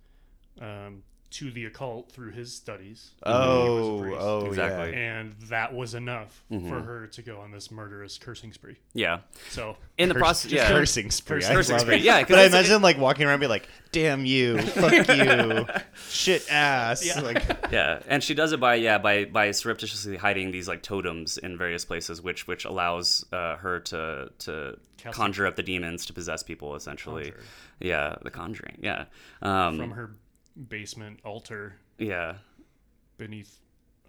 Speaker 3: um, to the occult through his studies,
Speaker 1: Oh,
Speaker 3: priest.
Speaker 1: oh,
Speaker 2: Exactly. Mm-hmm.
Speaker 1: Yeah.
Speaker 3: and that was enough for her to go on this murderous cursing spree.
Speaker 2: Yeah.
Speaker 3: So
Speaker 2: In the process, yeah.
Speaker 1: Cursing spree. I
Speaker 2: Cursing
Speaker 1: love
Speaker 2: spree,
Speaker 1: it.
Speaker 2: yeah, 'cause
Speaker 1: But I
Speaker 2: it's-
Speaker 1: imagine like walking around, and be like, "Damn you, fuck you, shit ass." Like,
Speaker 2: yeah and she does it by yeah by by surreptitiously hiding these like totems in various places which which allows uh, her to to
Speaker 3: Cast-
Speaker 2: conjure up the demons to possess people essentially
Speaker 3: Conjure.
Speaker 2: yeah the conjuring yeah um
Speaker 3: from her basement altar
Speaker 2: yeah
Speaker 3: beneath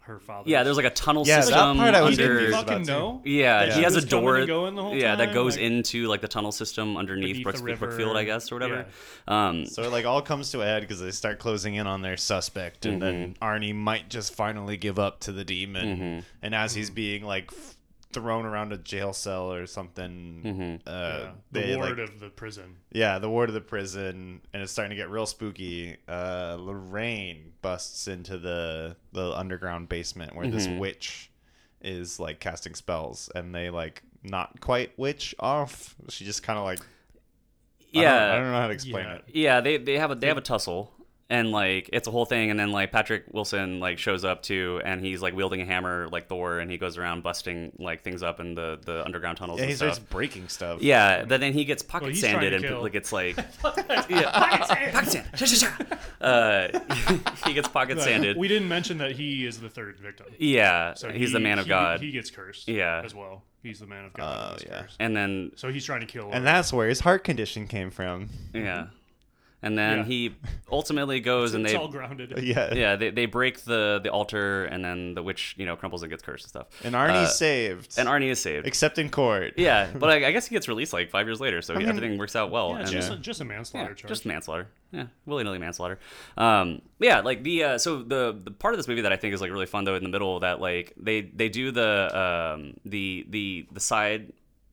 Speaker 3: her father.
Speaker 2: yeah there's like a tunnel
Speaker 1: Yeah, that
Speaker 2: system
Speaker 1: part I was
Speaker 2: under
Speaker 1: confused about.
Speaker 3: fucking
Speaker 1: too.
Speaker 3: know.
Speaker 2: yeah,
Speaker 3: that
Speaker 2: he
Speaker 3: she
Speaker 2: has a
Speaker 3: was coming
Speaker 2: door.
Speaker 3: and going the whole
Speaker 2: yeah, that
Speaker 3: time,
Speaker 2: goes
Speaker 3: like-
Speaker 2: into like the tunnel system underneath
Speaker 3: Beneath the
Speaker 2: Brooks,
Speaker 3: river.
Speaker 2: Brookfield, I guess, or whatever. Um,
Speaker 1: so it like all comes to a head because they start closing in on their suspect, and then Arnie might just finally give up to the demon. And as he's being like f- thrown around a jail cell or something, uh,
Speaker 3: Yeah, the
Speaker 1: they
Speaker 3: ward
Speaker 1: like
Speaker 3: of the prison.
Speaker 1: Yeah, the ward of the prison, and it's starting to get real spooky. Uh, Lorraine busts into the the underground basement where
Speaker 2: Mm-hmm.
Speaker 1: this witch is like casting spells, and they like not quite witch off. She just kind of like I don't-
Speaker 2: yeah,
Speaker 1: I don't, know how to explain
Speaker 3: Yeah.
Speaker 1: it.
Speaker 2: Yeah, they they have a they have a tussle and like it's a whole thing and then like Patrick Wilson like shows up too and he's like wielding a hammer like Thor and he goes around busting like things up in the the underground tunnels
Speaker 1: Yeah,
Speaker 2: and
Speaker 1: he
Speaker 2: stuff.
Speaker 1: starts breaking stuff.
Speaker 2: Yeah, but then he gets pocket
Speaker 3: he's
Speaker 2: sanded
Speaker 3: trying
Speaker 2: and
Speaker 3: to kill.
Speaker 2: like it's like yeah, pocket sand, pocket sand. Sha, sha, sha. Uh, he gets pocket
Speaker 3: But
Speaker 2: sanded.
Speaker 3: We didn't mention that he is the third victim.
Speaker 2: yeah,
Speaker 3: So
Speaker 2: he's
Speaker 3: he-
Speaker 2: the man of
Speaker 3: he-
Speaker 2: God.
Speaker 3: He gets cursed.
Speaker 2: Yeah.
Speaker 3: as well. He's the man of God. Oh
Speaker 1: yeah.
Speaker 2: and then
Speaker 3: So he's trying to kill.
Speaker 1: and that's where his heart condition came from.
Speaker 2: yeah, and then
Speaker 3: Yeah.
Speaker 2: he ultimately goes and
Speaker 3: it's
Speaker 2: they
Speaker 3: all grounded.
Speaker 1: Yeah,
Speaker 2: yeah they, they break the the altar and then the witch you know crumbles and gets cursed and stuff.
Speaker 1: and Arnie's
Speaker 2: Uh,
Speaker 1: saved,
Speaker 2: and Arnie is saved.
Speaker 1: except in court.
Speaker 2: yeah, but I, I guess he gets released like five years later, so he- everything works out well.
Speaker 3: Yeah, it's
Speaker 2: and- uh,
Speaker 3: just, A, just a manslaughter
Speaker 2: yeah,
Speaker 3: charge.
Speaker 2: just manslaughter. Yeah, willy nilly manslaughter. Um, yeah, like the uh, so the the part of this movie that I think is like really fun though in the middle that like they they do the um, the the the side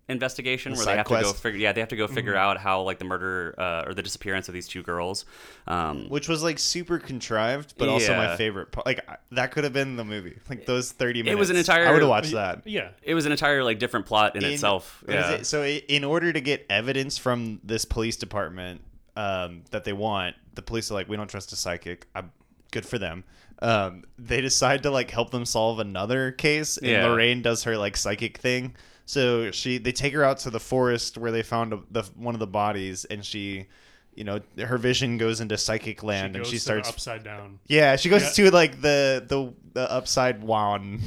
Speaker 2: investigation where
Speaker 1: side
Speaker 2: they have to go
Speaker 1: quest. Mm-hmm.
Speaker 2: figure yeah they have to go figure out how like the murder uh, or the disappearance of these two girls. Um,
Speaker 1: Which was like super contrived, but also my
Speaker 2: Yeah.
Speaker 1: favorite part. Like I- that could have been the movie. Like those thirty minutes.
Speaker 2: It was an entire-
Speaker 1: I would have watched that.
Speaker 3: yeah.
Speaker 2: it was an entire like different plot in,
Speaker 1: in-
Speaker 2: itself.
Speaker 1: what is
Speaker 2: yeah.
Speaker 1: it? So i- in order to get evidence from this police department um, that they want, the police are like, we don't trust a psychic. I'm good for them. Um, they decide to like help them solve another case, and
Speaker 2: Yeah.
Speaker 1: Lorraine does her like psychic thing. So she they take her out to the forest where they found a, the one of the bodies, and she. You know, her vision goes into psychic land, and
Speaker 3: Goes
Speaker 1: she
Speaker 3: to the
Speaker 1: starts.
Speaker 3: upside down.
Speaker 1: yeah, she goes
Speaker 3: Yeah.
Speaker 1: to like the the, the upside down.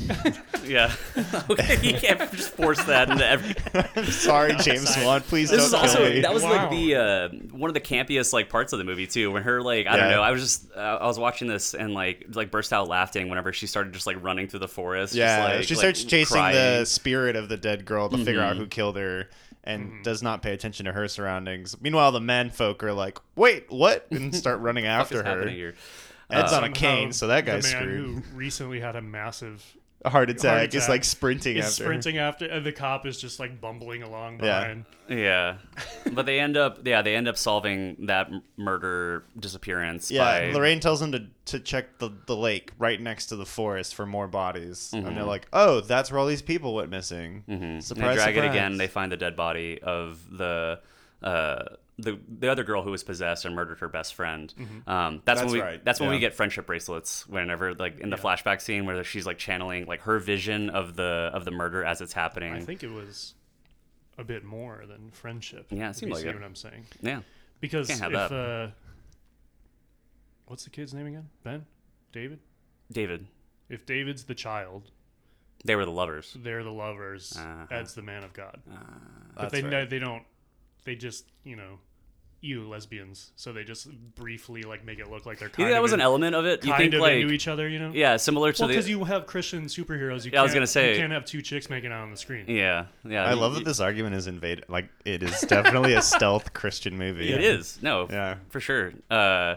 Speaker 2: Yeah. okay, you can't just force that into every.
Speaker 1: I'm sorry, James Wan. Please
Speaker 2: This
Speaker 1: don't
Speaker 2: is
Speaker 1: kill
Speaker 2: also
Speaker 1: me.
Speaker 2: that was like
Speaker 3: Wow.
Speaker 2: the uh, one of the campiest like parts of the movie too. When her like I don't
Speaker 1: Yeah.
Speaker 2: know, I was just uh, I was watching this and like like burst out laughing whenever she started just like running through the forest. just,
Speaker 1: Yeah,
Speaker 2: like-
Speaker 1: she
Speaker 2: like,
Speaker 1: starts chasing
Speaker 2: crying.
Speaker 1: the spirit of the dead girl to figure
Speaker 2: Mm-hmm.
Speaker 1: out who killed her, and does not pay attention to her surroundings. Meanwhile, the men folk are like, "Wait, what?" and start running
Speaker 2: What's
Speaker 1: after her.
Speaker 2: happening here?
Speaker 1: Ed's on a
Speaker 2: Um,
Speaker 3: Somehow
Speaker 1: cane, so that guy's
Speaker 3: the man
Speaker 1: screwed.
Speaker 3: Who recently had a massive
Speaker 1: a heart attack,
Speaker 3: heart
Speaker 1: is
Speaker 3: attack
Speaker 1: like sprinting
Speaker 3: is
Speaker 1: after. her.
Speaker 3: sprinting after, and the cop is just like bumbling along
Speaker 1: Yeah.
Speaker 3: behind.
Speaker 2: Yeah, but they end up yeah they end up solving that m- murder disappearance.
Speaker 1: Yeah,
Speaker 2: by,
Speaker 1: Lorraine tells him to, to check the, the lake right next to the forest for more bodies, and they're like, "Oh, that's where all these people went missing." Mm-hmm.
Speaker 2: Mm-hmm. And they
Speaker 1: Surprise!
Speaker 2: drag it
Speaker 1: surprise.
Speaker 2: again. They find the dead body of the uh, the the other girl who was possessed and murdered her best friend.
Speaker 3: Mm-hmm.
Speaker 2: Um, that's,
Speaker 1: That's
Speaker 2: when we
Speaker 1: right,
Speaker 2: that's when we
Speaker 1: yeah.
Speaker 2: get friendship bracelets. Whenever like in the flashback scene where she's like channeling like her vision of the of the murder as it's happening.
Speaker 3: I think it was a bit more than friendship.
Speaker 2: Yeah, it
Speaker 3: if
Speaker 2: seemed
Speaker 3: you
Speaker 2: like
Speaker 3: see
Speaker 2: it.
Speaker 3: what I'm saying.
Speaker 2: yeah.
Speaker 3: Because
Speaker 2: Can't have
Speaker 3: if
Speaker 2: that.
Speaker 3: uh, what's the kid's name again? Ben, David.
Speaker 2: David,
Speaker 3: If David's the child,
Speaker 2: they were the lovers.
Speaker 3: they're the lovers.
Speaker 2: Uh-huh.
Speaker 3: Ed's the man of God. but
Speaker 1: That's
Speaker 3: they
Speaker 1: right.
Speaker 3: know they don't. They just you know, you lesbians. So they just briefly like make it look like they're
Speaker 2: You
Speaker 3: kind
Speaker 2: think that
Speaker 3: of
Speaker 2: was
Speaker 3: in-
Speaker 2: an element of it? You
Speaker 3: kind
Speaker 2: think
Speaker 3: of
Speaker 2: like
Speaker 3: into each other. You know.
Speaker 2: yeah, similar to
Speaker 3: Well,
Speaker 2: the
Speaker 3: because you have Christian superheroes, you
Speaker 2: Yeah, I was
Speaker 3: can't-
Speaker 2: gonna say-
Speaker 3: you can't have two chicks making out on the screen.
Speaker 2: yeah yeah.
Speaker 1: I
Speaker 2: you-
Speaker 1: love that
Speaker 2: you-
Speaker 1: this argument is invaded. Like it is definitely a stealth Christian movie.
Speaker 2: It is no, f-
Speaker 1: Yeah.
Speaker 2: for sure. Uh,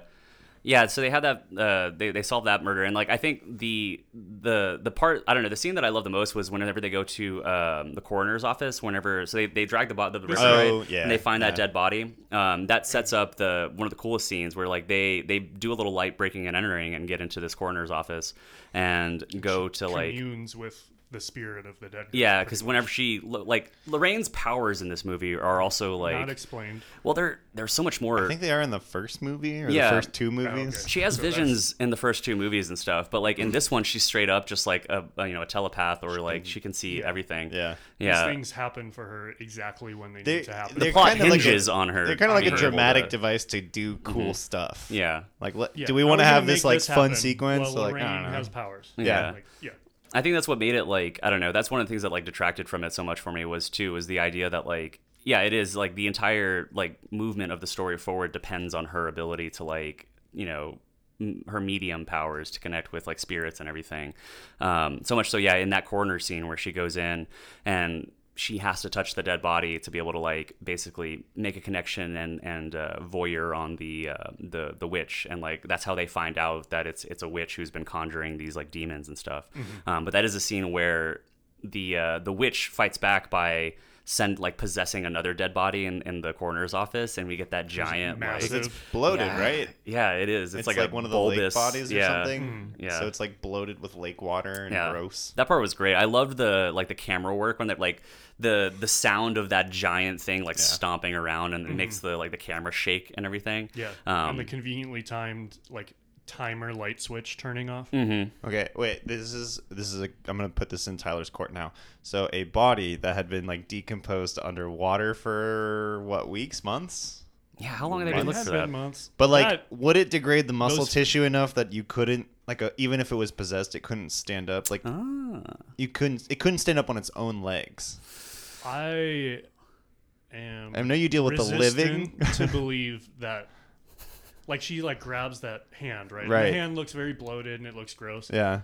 Speaker 2: Yeah, so they had that. Uh, they they solved that murder, and like I think the the the part I don't know the scene that I love the most was whenever they go to um, the coroner's office. Whenever so they, they drag the body the river,
Speaker 1: Oh,
Speaker 2: right?
Speaker 1: yeah,
Speaker 2: and they find that
Speaker 1: yeah.
Speaker 2: dead body. Um, that sets up the one of the coolest scenes where like they they do a little light breaking and entering and get into this coroner's office and go to like
Speaker 3: communes with the spirit of the dead. guy,
Speaker 2: yeah
Speaker 3: pretty
Speaker 2: because
Speaker 3: much.
Speaker 2: whenever she like Lorraine's powers in this movie are also like
Speaker 3: not explained,
Speaker 2: well they're they're so much more
Speaker 1: I think they are in the first movie or
Speaker 2: Yeah.
Speaker 1: the first
Speaker 3: Oh,
Speaker 1: two movies.
Speaker 2: She has
Speaker 3: So that's-
Speaker 2: visions in the first two movies and stuff, but like in this one, she's straight up just like a, a, you know a telepath or like she can see everything.
Speaker 1: Yeah.
Speaker 2: yeah.
Speaker 3: these things happen for her exactly when they,
Speaker 1: They-
Speaker 3: need to happen.
Speaker 1: they're
Speaker 2: plot
Speaker 1: kinda like a-
Speaker 2: hinges on her
Speaker 1: They're kind of like a
Speaker 2: being able
Speaker 1: dramatic
Speaker 2: to- Mm-hmm.
Speaker 1: device to do cool stuff.
Speaker 2: yeah.
Speaker 1: Like, let,
Speaker 3: Yeah,
Speaker 1: do we
Speaker 3: how
Speaker 1: want to
Speaker 3: are you
Speaker 1: have
Speaker 3: gonna
Speaker 1: this
Speaker 3: make
Speaker 1: like fun
Speaker 3: happen
Speaker 1: sequence?
Speaker 3: while
Speaker 1: So, like, I
Speaker 3: Lorraine
Speaker 1: don't know.
Speaker 3: has powers.
Speaker 1: Yeah.
Speaker 3: Like, yeah.
Speaker 2: I think that's what made it like I don't know. That's one of the things that like detracted from it so much for me was too was the idea that like yeah it is like the entire like movement of the story forward depends on her ability to like you know m- her medium powers to connect with like spirits and everything. Um, so much so yeah in that corner scene where she goes in and she has to touch the dead body to be able to like basically make a connection and and uh, voyeur on the uh, the the witch and like that's how they find out that it's it's a witch who's been conjuring these like demons and stuff.
Speaker 1: Mm-hmm.
Speaker 2: Um, but that is a scene where the uh, the witch fights back by send like possessing another dead body in, in the coroner's office and we get that giant like-
Speaker 3: massive.
Speaker 1: 'Cause it's bloated,
Speaker 2: Yeah.
Speaker 1: right?
Speaker 2: yeah it is it's,
Speaker 1: It's
Speaker 2: like,
Speaker 1: like,
Speaker 2: a
Speaker 1: one of the
Speaker 2: bulbous,
Speaker 1: lake bodies or
Speaker 2: yeah.
Speaker 1: something.
Speaker 3: Hmm.
Speaker 2: yeah.
Speaker 1: So it's like bloated with lake water and
Speaker 2: Yeah.
Speaker 1: gross.
Speaker 2: That part was great. I loved the like the camera work when that like the the sound of that giant thing like stomping around and it makes the like the camera shake and everything.
Speaker 3: Mm-hmm. Yeah.
Speaker 2: Um,
Speaker 3: and the conveniently timed like timer light switch turning off.
Speaker 2: Mm-hmm.
Speaker 1: Okay, wait. This is this is a. I'm gonna put this in Tyler's court now. So a body that had been like decomposed underwater for what weeks, months,
Speaker 2: yeah. How long have they
Speaker 3: It
Speaker 2: been looking
Speaker 3: had
Speaker 2: for
Speaker 3: been
Speaker 2: that?
Speaker 3: months.
Speaker 1: but like,
Speaker 3: Not-
Speaker 1: would it degrade the muscle
Speaker 3: those-
Speaker 1: tissue enough that you couldn't like a, even if it was possessed, it couldn't stand up. Like
Speaker 2: Ah.
Speaker 1: you couldn't. It couldn't stand up on its own legs.
Speaker 3: I am.
Speaker 1: I know you deal with the living.
Speaker 3: resistant to believe that, like she like grabs that hand, right? And
Speaker 1: Right.
Speaker 3: The hand looks very bloated and it looks gross.
Speaker 1: Yeah.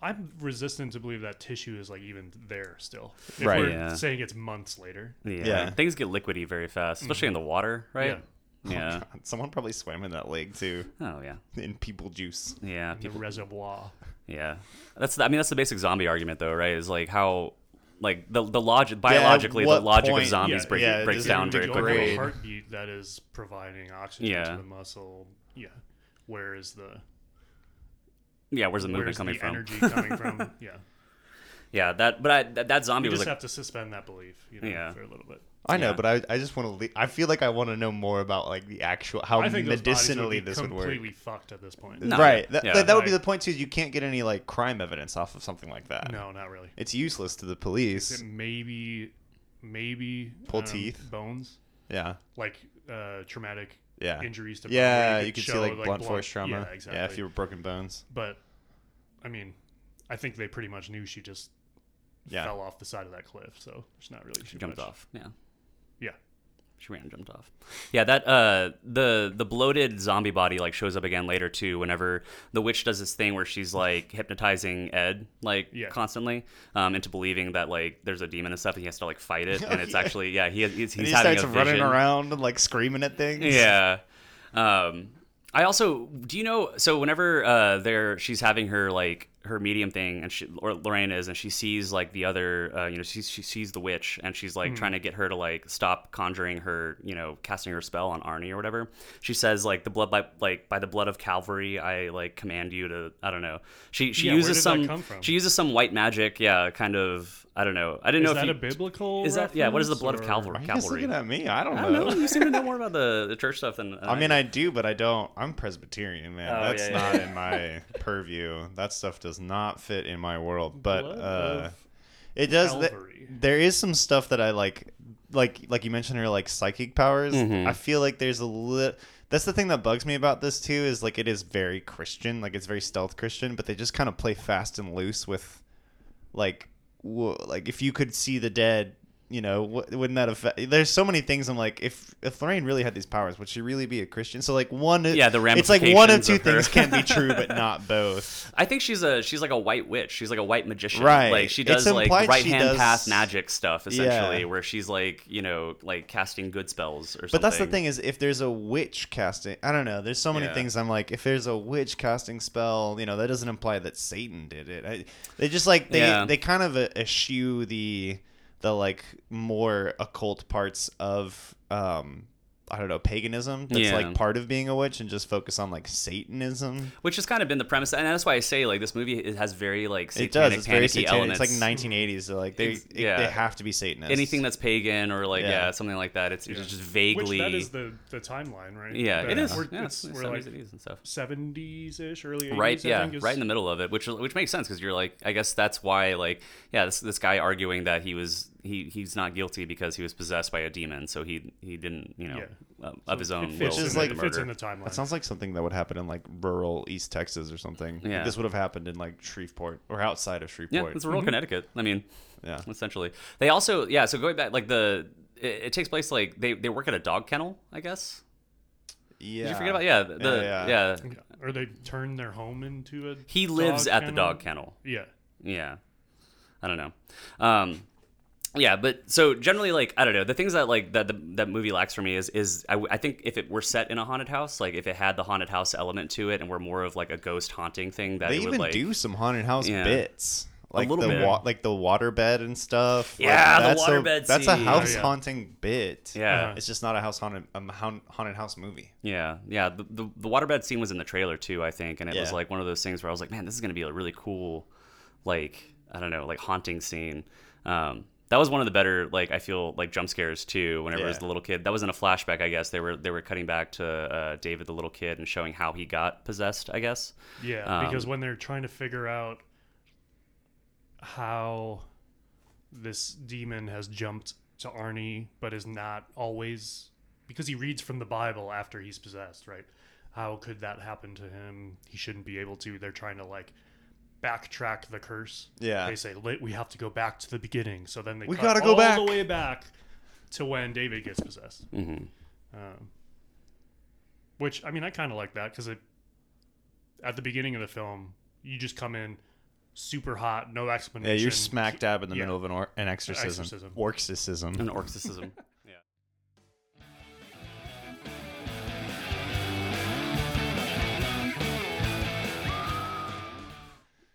Speaker 3: I'm resistant to believe that tissue is like even there still. If
Speaker 1: Right.
Speaker 3: We're
Speaker 2: Yeah.
Speaker 3: Saying it's months later.
Speaker 2: Yeah.
Speaker 1: Yeah.
Speaker 2: Things get liquidy very fast, especially in
Speaker 3: Mm-hmm.
Speaker 2: the water, right? Yeah.
Speaker 1: Oh, Someone probably swam in that lake too,
Speaker 2: Oh yeah.
Speaker 1: in people juice.
Speaker 2: Yeah.
Speaker 3: The
Speaker 2: People.
Speaker 3: reservoir.
Speaker 2: Yeah. That's the, I mean that's the basic zombie argument though, right? Is like how like the the logic biologically
Speaker 1: what
Speaker 2: the logic
Speaker 1: point-
Speaker 2: of zombies
Speaker 3: yeah,
Speaker 2: break,
Speaker 1: yeah,
Speaker 2: breaks
Speaker 1: does it
Speaker 2: down very
Speaker 3: Degrade
Speaker 2: quickly.
Speaker 1: degrade?
Speaker 3: heartbeat that is providing oxygen
Speaker 2: Yeah.
Speaker 3: to the muscle. Yeah. Where is the
Speaker 2: Yeah. Where's the movement
Speaker 3: where's
Speaker 2: coming
Speaker 3: the
Speaker 2: from?
Speaker 3: energy coming from? Yeah.
Speaker 2: Yeah. That. But I, that, that zombie
Speaker 3: You
Speaker 2: was
Speaker 3: just
Speaker 2: like.
Speaker 3: have to suspend that belief, you know,
Speaker 2: Yeah.
Speaker 3: for a little bit.
Speaker 1: I know,
Speaker 2: Yeah.
Speaker 1: but I, I just want to. Le- I feel like I want to know more about like the actual how
Speaker 3: I think those bodies
Speaker 1: medicinally
Speaker 3: would be
Speaker 1: this would work.
Speaker 3: completely fucked at this point.
Speaker 2: No.
Speaker 1: right.
Speaker 2: yeah,
Speaker 1: That,
Speaker 2: yeah.
Speaker 1: that, that would be the
Speaker 3: Like-
Speaker 1: point too. is You can't get any like crime evidence off of something like that.
Speaker 3: No, not really.
Speaker 1: It's useless to the police.
Speaker 3: Except maybe, maybe um,
Speaker 1: Pull teeth?
Speaker 3: bones,
Speaker 1: Yeah.
Speaker 3: like uh, traumatic
Speaker 1: Yeah.
Speaker 3: injuries to bone
Speaker 1: Yeah,
Speaker 3: where
Speaker 1: you
Speaker 3: could
Speaker 1: can see
Speaker 3: show,
Speaker 1: like blunt force trauma.
Speaker 3: Yeah, exactly.
Speaker 1: if you were broken bones.
Speaker 3: But I mean, I think they pretty much knew she just
Speaker 1: Yeah.
Speaker 3: fell off the side of that cliff, so it's not really too
Speaker 2: jumped
Speaker 3: much.
Speaker 2: off. Yeah.
Speaker 3: Yeah,
Speaker 2: She ran and jumped off. Yeah, that uh the the bloated zombie body like shows up again later too whenever the witch does this thing where she's like hypnotizing Ed like
Speaker 3: Yeah.
Speaker 2: constantly um into believing that like there's a demon and stuff and he has to like fight it and it's actually yeah, he he's, he's
Speaker 1: Oh, And he
Speaker 2: having
Speaker 1: starts
Speaker 2: a
Speaker 1: running
Speaker 2: vision.
Speaker 1: around and like screaming at things.
Speaker 2: Yeah. Um, I also do you know so whenever uh there she's having her like her medium thing and she or Lorraine is and she sees like the other uh, you know she she sees the witch and she's
Speaker 3: Hmm.
Speaker 2: like trying to get her to like stop conjuring her you know casting her spell on Arnie or whatever she says like the blood by like by the blood of Calvary I like command you to I don't know she she
Speaker 3: Yeah, where
Speaker 2: uses
Speaker 3: did that
Speaker 2: some
Speaker 3: come from?
Speaker 2: she uses some white magic yeah kind of I don't know I didn't
Speaker 3: is
Speaker 2: know
Speaker 3: that
Speaker 2: if
Speaker 3: a
Speaker 2: you-
Speaker 3: biblical?
Speaker 2: is that yeah what is the
Speaker 3: reference,
Speaker 2: blood of
Speaker 3: or-
Speaker 2: Calvary
Speaker 1: Why are you guys
Speaker 2: Calvary
Speaker 1: looking at me? I don't,
Speaker 2: I don't
Speaker 3: Uh,
Speaker 1: know.
Speaker 2: know. You seem to know more about the, the church stuff than. than
Speaker 1: I mean,
Speaker 2: do.
Speaker 1: I do, but I don't. I'm Presbyterian, man.
Speaker 2: Oh,
Speaker 1: That's
Speaker 2: yeah, yeah,
Speaker 1: not
Speaker 2: yeah.
Speaker 1: in my purview. That stuff does not fit in my world. But
Speaker 3: Blood
Speaker 1: uh,
Speaker 3: of
Speaker 1: it does. th-
Speaker 3: Calvary.
Speaker 1: there is some stuff that I like, like like you mentioned, her like psychic powers.
Speaker 2: Mm-hmm.
Speaker 1: I feel like there's a little. That's the thing that bugs me about this too. Is like it is very Christian, like it's very stealth Christian, but they just kind of play fast and loose with, like, wo- like if you could see the dead, you know, wh- wouldn't that affect? There's so many things. I'm like, if if Lorraine really had these powers, would she really be a Christian? So like one,
Speaker 2: Yeah, the
Speaker 1: It's like one of
Speaker 2: ramifications
Speaker 1: two
Speaker 2: of her.
Speaker 1: things can be true, but not both.
Speaker 2: I think she's a she's like a white witch. She's like a white magician.
Speaker 1: Right.
Speaker 2: Like she
Speaker 1: It's
Speaker 2: does like
Speaker 1: implied she
Speaker 2: right hand
Speaker 1: does-
Speaker 2: path magic stuff essentially,
Speaker 1: Yeah.
Speaker 2: where she's like you know like casting good spells or something.
Speaker 1: But that's the thing is, if there's a witch casting, I don't know. There's so many
Speaker 2: Yeah.
Speaker 1: things. I'm like, if there's a witch casting spell, you know, that doesn't imply that Satan did it. I, they just like they
Speaker 2: Yeah.
Speaker 1: they kind of uh, eschew the the like more occult parts of um I don't know paganism that's
Speaker 2: Yeah.
Speaker 1: like part of being a witch and just focus on like Satanism.
Speaker 2: Which has kind of been the premise, and that's why I say like this movie it has very like satanic,
Speaker 1: it does. It's very
Speaker 2: panicky
Speaker 1: satanic.
Speaker 2: elements.
Speaker 1: It's like 1980s. They're like they
Speaker 2: It's-
Speaker 1: it-
Speaker 2: yeah.
Speaker 1: they have to be Satanists.
Speaker 2: anything that's pagan or like
Speaker 1: Yeah.
Speaker 2: yeah, something like that. It's,
Speaker 3: Yeah.
Speaker 2: it's just vaguely
Speaker 3: Which that is the, the timeline, right?
Speaker 2: yeah,
Speaker 3: That
Speaker 2: it is.
Speaker 3: We're,
Speaker 2: yeah,
Speaker 3: it's,
Speaker 2: it's
Speaker 3: we're
Speaker 2: 70s,
Speaker 3: like
Speaker 2: 80s and stuff.
Speaker 3: 70s ish, early 80s.
Speaker 2: right
Speaker 3: I
Speaker 2: yeah
Speaker 3: think, is-
Speaker 2: right in the middle of it which which makes sense because you're like i guess that's why like yeah this this guy arguing that he was he he's not guilty because he was possessed by a demon so he he didn't you know
Speaker 3: Yeah.
Speaker 2: um, of his
Speaker 3: it
Speaker 2: own
Speaker 3: fits
Speaker 2: will
Speaker 1: Which
Speaker 3: in
Speaker 1: is
Speaker 2: commit
Speaker 1: like-
Speaker 2: the
Speaker 3: it fits in
Speaker 2: murder.
Speaker 3: the timeline.
Speaker 1: That sounds like something that would happen in like rural East Texas or something. Like,
Speaker 2: Yeah.
Speaker 1: this would have happened in like Shreveport or outside of
Speaker 2: yeah
Speaker 1: Shreveport.
Speaker 2: it's
Speaker 3: Mm-hmm.
Speaker 2: rural connecticut i mean
Speaker 1: Yeah.
Speaker 2: essentially they also yeah so going back like the it, it takes place like they they work at a dog kennel i guess
Speaker 1: Yeah.
Speaker 2: did you forget about yeah the
Speaker 1: Yeah,
Speaker 2: yeah,
Speaker 1: yeah.
Speaker 3: Or they turn their home into a.
Speaker 2: he lives
Speaker 3: dog
Speaker 2: at the
Speaker 3: kennel?
Speaker 2: dog kennel
Speaker 3: Yeah.
Speaker 2: Yeah. I don't know. Um yeah, but so generally like I don't know, the things that like that the, that movie lacks for me is is I, w- I think if it were set in a haunted house, like if it had the haunted house element to it and were more of like a ghost haunting thing that
Speaker 1: They
Speaker 2: it would
Speaker 1: even
Speaker 2: like
Speaker 1: do some haunted house
Speaker 2: Yeah.
Speaker 1: bits. Like
Speaker 2: little
Speaker 1: the
Speaker 2: bit.
Speaker 1: wa- like the waterbed and stuff. Like,
Speaker 2: Yeah, the
Speaker 1: that's a-
Speaker 2: waterbed
Speaker 1: That's a
Speaker 2: scene.
Speaker 1: house
Speaker 3: Oh, yeah.
Speaker 1: haunting bit.
Speaker 2: Yeah.
Speaker 1: It's just not a house haunted um, haun- haunted house movie.
Speaker 2: Yeah, yeah. The, the the waterbed scene was in the trailer too, I think, and it was
Speaker 1: Yeah.
Speaker 2: like one of those things where I was like, man, this is gonna be a really cool, like I don't know, like haunting scene. Um, that was one of the better, like I feel like jump scares too. Whenever I was
Speaker 1: Yeah.
Speaker 2: the little kid, that was in a flashback, I guess. They were they were cutting back to uh, David the little kid and showing how he got possessed, I guess.
Speaker 3: Yeah. because
Speaker 2: Um,
Speaker 3: when they're trying to figure out how this demon has jumped to Arnie, but is not always. Because he reads from the Bible after he's possessed, right? How could that happen to him? He shouldn't be able to. They're trying to, like, backtrack the curse.
Speaker 1: Yeah.
Speaker 3: They say, "Let- we have to go back to the beginning. So then they
Speaker 1: We
Speaker 3: cut
Speaker 1: gotta go
Speaker 3: all
Speaker 1: back. Mm-hmm.
Speaker 3: the way back to when David gets possessed.
Speaker 2: Mhm.
Speaker 3: Um, which I mean, I kind of like that because it at the beginning of the film, you just come in super hot, no
Speaker 1: Yeah,
Speaker 3: explanation.
Speaker 1: you're smack dab in the
Speaker 3: Yeah.
Speaker 1: middle of an, or- an exorcism.
Speaker 3: Exorcism.
Speaker 1: Orxism.
Speaker 2: An orcism. yeah.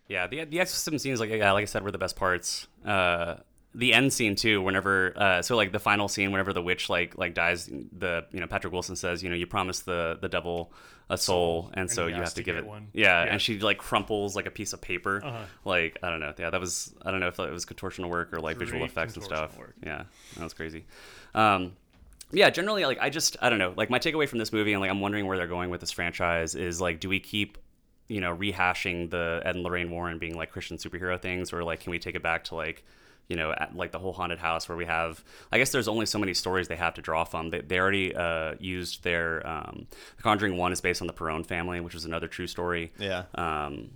Speaker 2: Yeah, the the exorcism scenes, like yeah, like I said, were the best parts. Uh, the end scene too, whenever uh, so like the final scene, whenever the witch like like dies, the you know Patrick Wilson says, you know, you promised the the devil a soul, and, so
Speaker 3: he
Speaker 2: you
Speaker 3: has
Speaker 2: have to
Speaker 3: to
Speaker 2: give
Speaker 3: get
Speaker 2: it
Speaker 3: one.
Speaker 2: Yeah,
Speaker 3: Yeah.
Speaker 2: and she like crumples like a piece of paper,
Speaker 3: Uh-huh.
Speaker 2: like I don't know, yeah, that was I don't know if it was contortional work or like visual
Speaker 3: Great
Speaker 2: effects and
Speaker 3: contortion
Speaker 2: stuff.
Speaker 3: work.
Speaker 2: Yeah, that was crazy. Um, yeah, generally, like I just I don't know. Like my takeaway from this movie, and like I'm wondering where they're going with this franchise is like, do we keep you know rehashing the Ed and Lorraine Warren being like Christian superhero things, or like can we take it back to like you know at, like the whole haunted house where we have i guess there's only so many stories they have to draw from they, they already uh, used their um, the conjuring one is based on the perrone family which was another true story
Speaker 1: Yeah.
Speaker 2: um,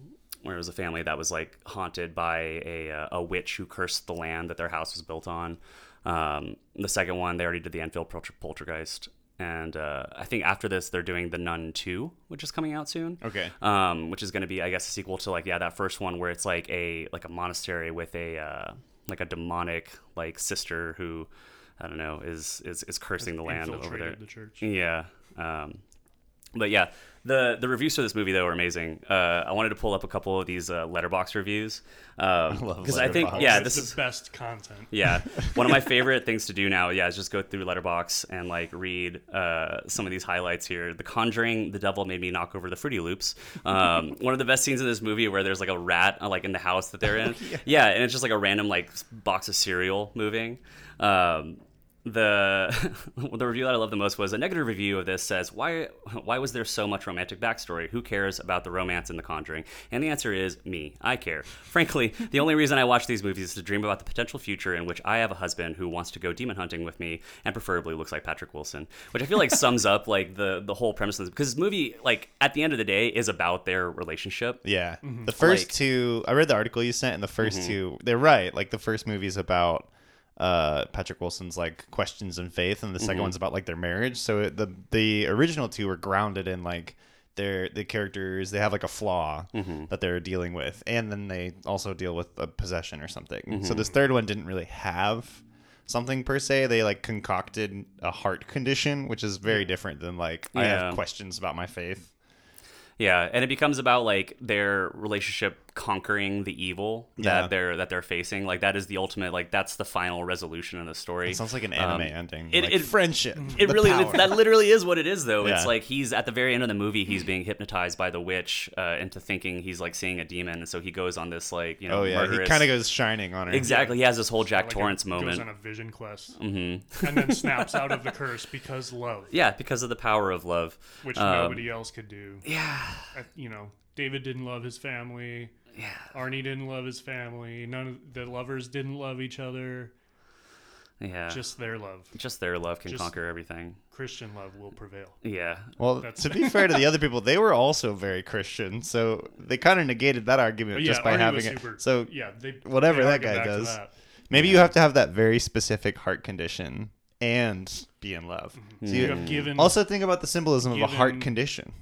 Speaker 2: where it was a family that was like haunted by a, uh, a witch who cursed the land that their house was built on. Um, the second one, they already did the Enfield Polter- Poltergeist. And uh, I think after this, they're doing The Nun 2, which is coming out soon.
Speaker 1: Okay.
Speaker 2: Um, which is going to be, I guess, a sequel to like, yeah, that first one where it's like a, like a monastery with a, uh, like a demonic, like sister who, I don't know, is, is, is cursing the land over there.
Speaker 3: Infiltrated the church.
Speaker 2: Yeah. Um, but yeah, the the reviews for this movie though are amazing. Uh, I wanted to pull up a couple of these uh, letterbox reviews because I think
Speaker 1: Letterboxd.
Speaker 2: yeah,
Speaker 3: It's
Speaker 2: this
Speaker 3: the
Speaker 2: is
Speaker 3: best content.
Speaker 2: yeah one of my favorite things to do now yeah is just go through letterbox and like read uh, some of these highlights here the conjuring the devil made me knock over the fruity loops um, one of the best scenes in this movie where there's like a rat uh, like in the house that they're in yeah. and it's just like a random like s- box of cereal moving um, the the review that I love the most was a negative review of this says why why was there so much romantic backstory? Who cares about the romance in The Conjuring? And the answer is me. I care. Frankly, the only reason I watch these movies is to dream about the potential future in which I have a husband who wants to go demon hunting with me and preferably looks like Patrick Wilson, which I feel like sums up like the the whole premise of this because this movie like at the end of the day is about their relationship.
Speaker 1: Yeah. The first
Speaker 2: Mm-hmm. Like- Mm-hmm.
Speaker 1: two, I read the article you sent, and the 1st two, they're right. Like the first movie's about uh, Patrick Wilson's like questions and faith, and the
Speaker 2: Mm-hmm.
Speaker 1: 2nd one's about like their marriage. So it, the the original two are grounded in like their the characters they have like a flaw
Speaker 2: Mm-hmm.
Speaker 1: that they're dealing with, and then they also deal with a possession or something.
Speaker 2: Mm-hmm.
Speaker 1: So this third one didn't really have something per se. They like concocted a heart condition, which is very different than like I
Speaker 2: Yeah.
Speaker 1: have questions about my faith.
Speaker 2: Yeah, and it becomes about like their relationship conquering the evil
Speaker 1: Yeah.
Speaker 2: that they're that they're facing. Like that is the ultimate. Like that's the final resolution of the story.
Speaker 1: It sounds like an anime ending.
Speaker 2: Um, it-
Speaker 1: like,
Speaker 2: it-
Speaker 1: friendship.
Speaker 2: it
Speaker 1: the
Speaker 2: really
Speaker 1: power.
Speaker 2: that literally is what it is though it's
Speaker 1: Yeah.
Speaker 2: like he's at the very end of the movie he's being hypnotized by the witch uh, into thinking he's like seeing a demon and so he goes on this like you know
Speaker 1: Oh yeah,
Speaker 2: murderous-
Speaker 1: he kind of goes shining on her.
Speaker 2: exactly he has this whole jack
Speaker 3: Like,
Speaker 2: torrance
Speaker 3: goes
Speaker 2: moment Mm-hmm.
Speaker 3: on a vision quest, and then snaps out of the curse because love,
Speaker 2: yeah because of the power of love
Speaker 3: which
Speaker 2: Um,
Speaker 3: nobody else could do.
Speaker 2: yeah
Speaker 3: Uh, You know, David didn't love his family. Yeah. Arnie didn't love his family. None of the lovers didn't love each other.
Speaker 2: yeah just,
Speaker 3: Just their love,
Speaker 2: their love can
Speaker 3: just-
Speaker 2: conquer everything
Speaker 3: Christian love, will prevail.
Speaker 2: yeah
Speaker 1: Well,
Speaker 3: That's-
Speaker 1: to be fair to the other people, they were also very Christian, so they kind of negated that argument
Speaker 3: But
Speaker 1: just
Speaker 3: yeah,
Speaker 1: by
Speaker 3: Arnie
Speaker 1: having
Speaker 3: was
Speaker 1: it.
Speaker 3: super-
Speaker 1: so
Speaker 3: yeah, they,
Speaker 1: whatever
Speaker 3: they
Speaker 1: that
Speaker 3: argue
Speaker 1: guy
Speaker 3: back to
Speaker 1: does.
Speaker 3: that.
Speaker 1: maybe you have to have that very specific heart condition and be in love. So
Speaker 3: You
Speaker 1: you-
Speaker 3: have given
Speaker 1: also think about the symbolism of a heart
Speaker 3: Mm-hmm. Given-
Speaker 1: condition.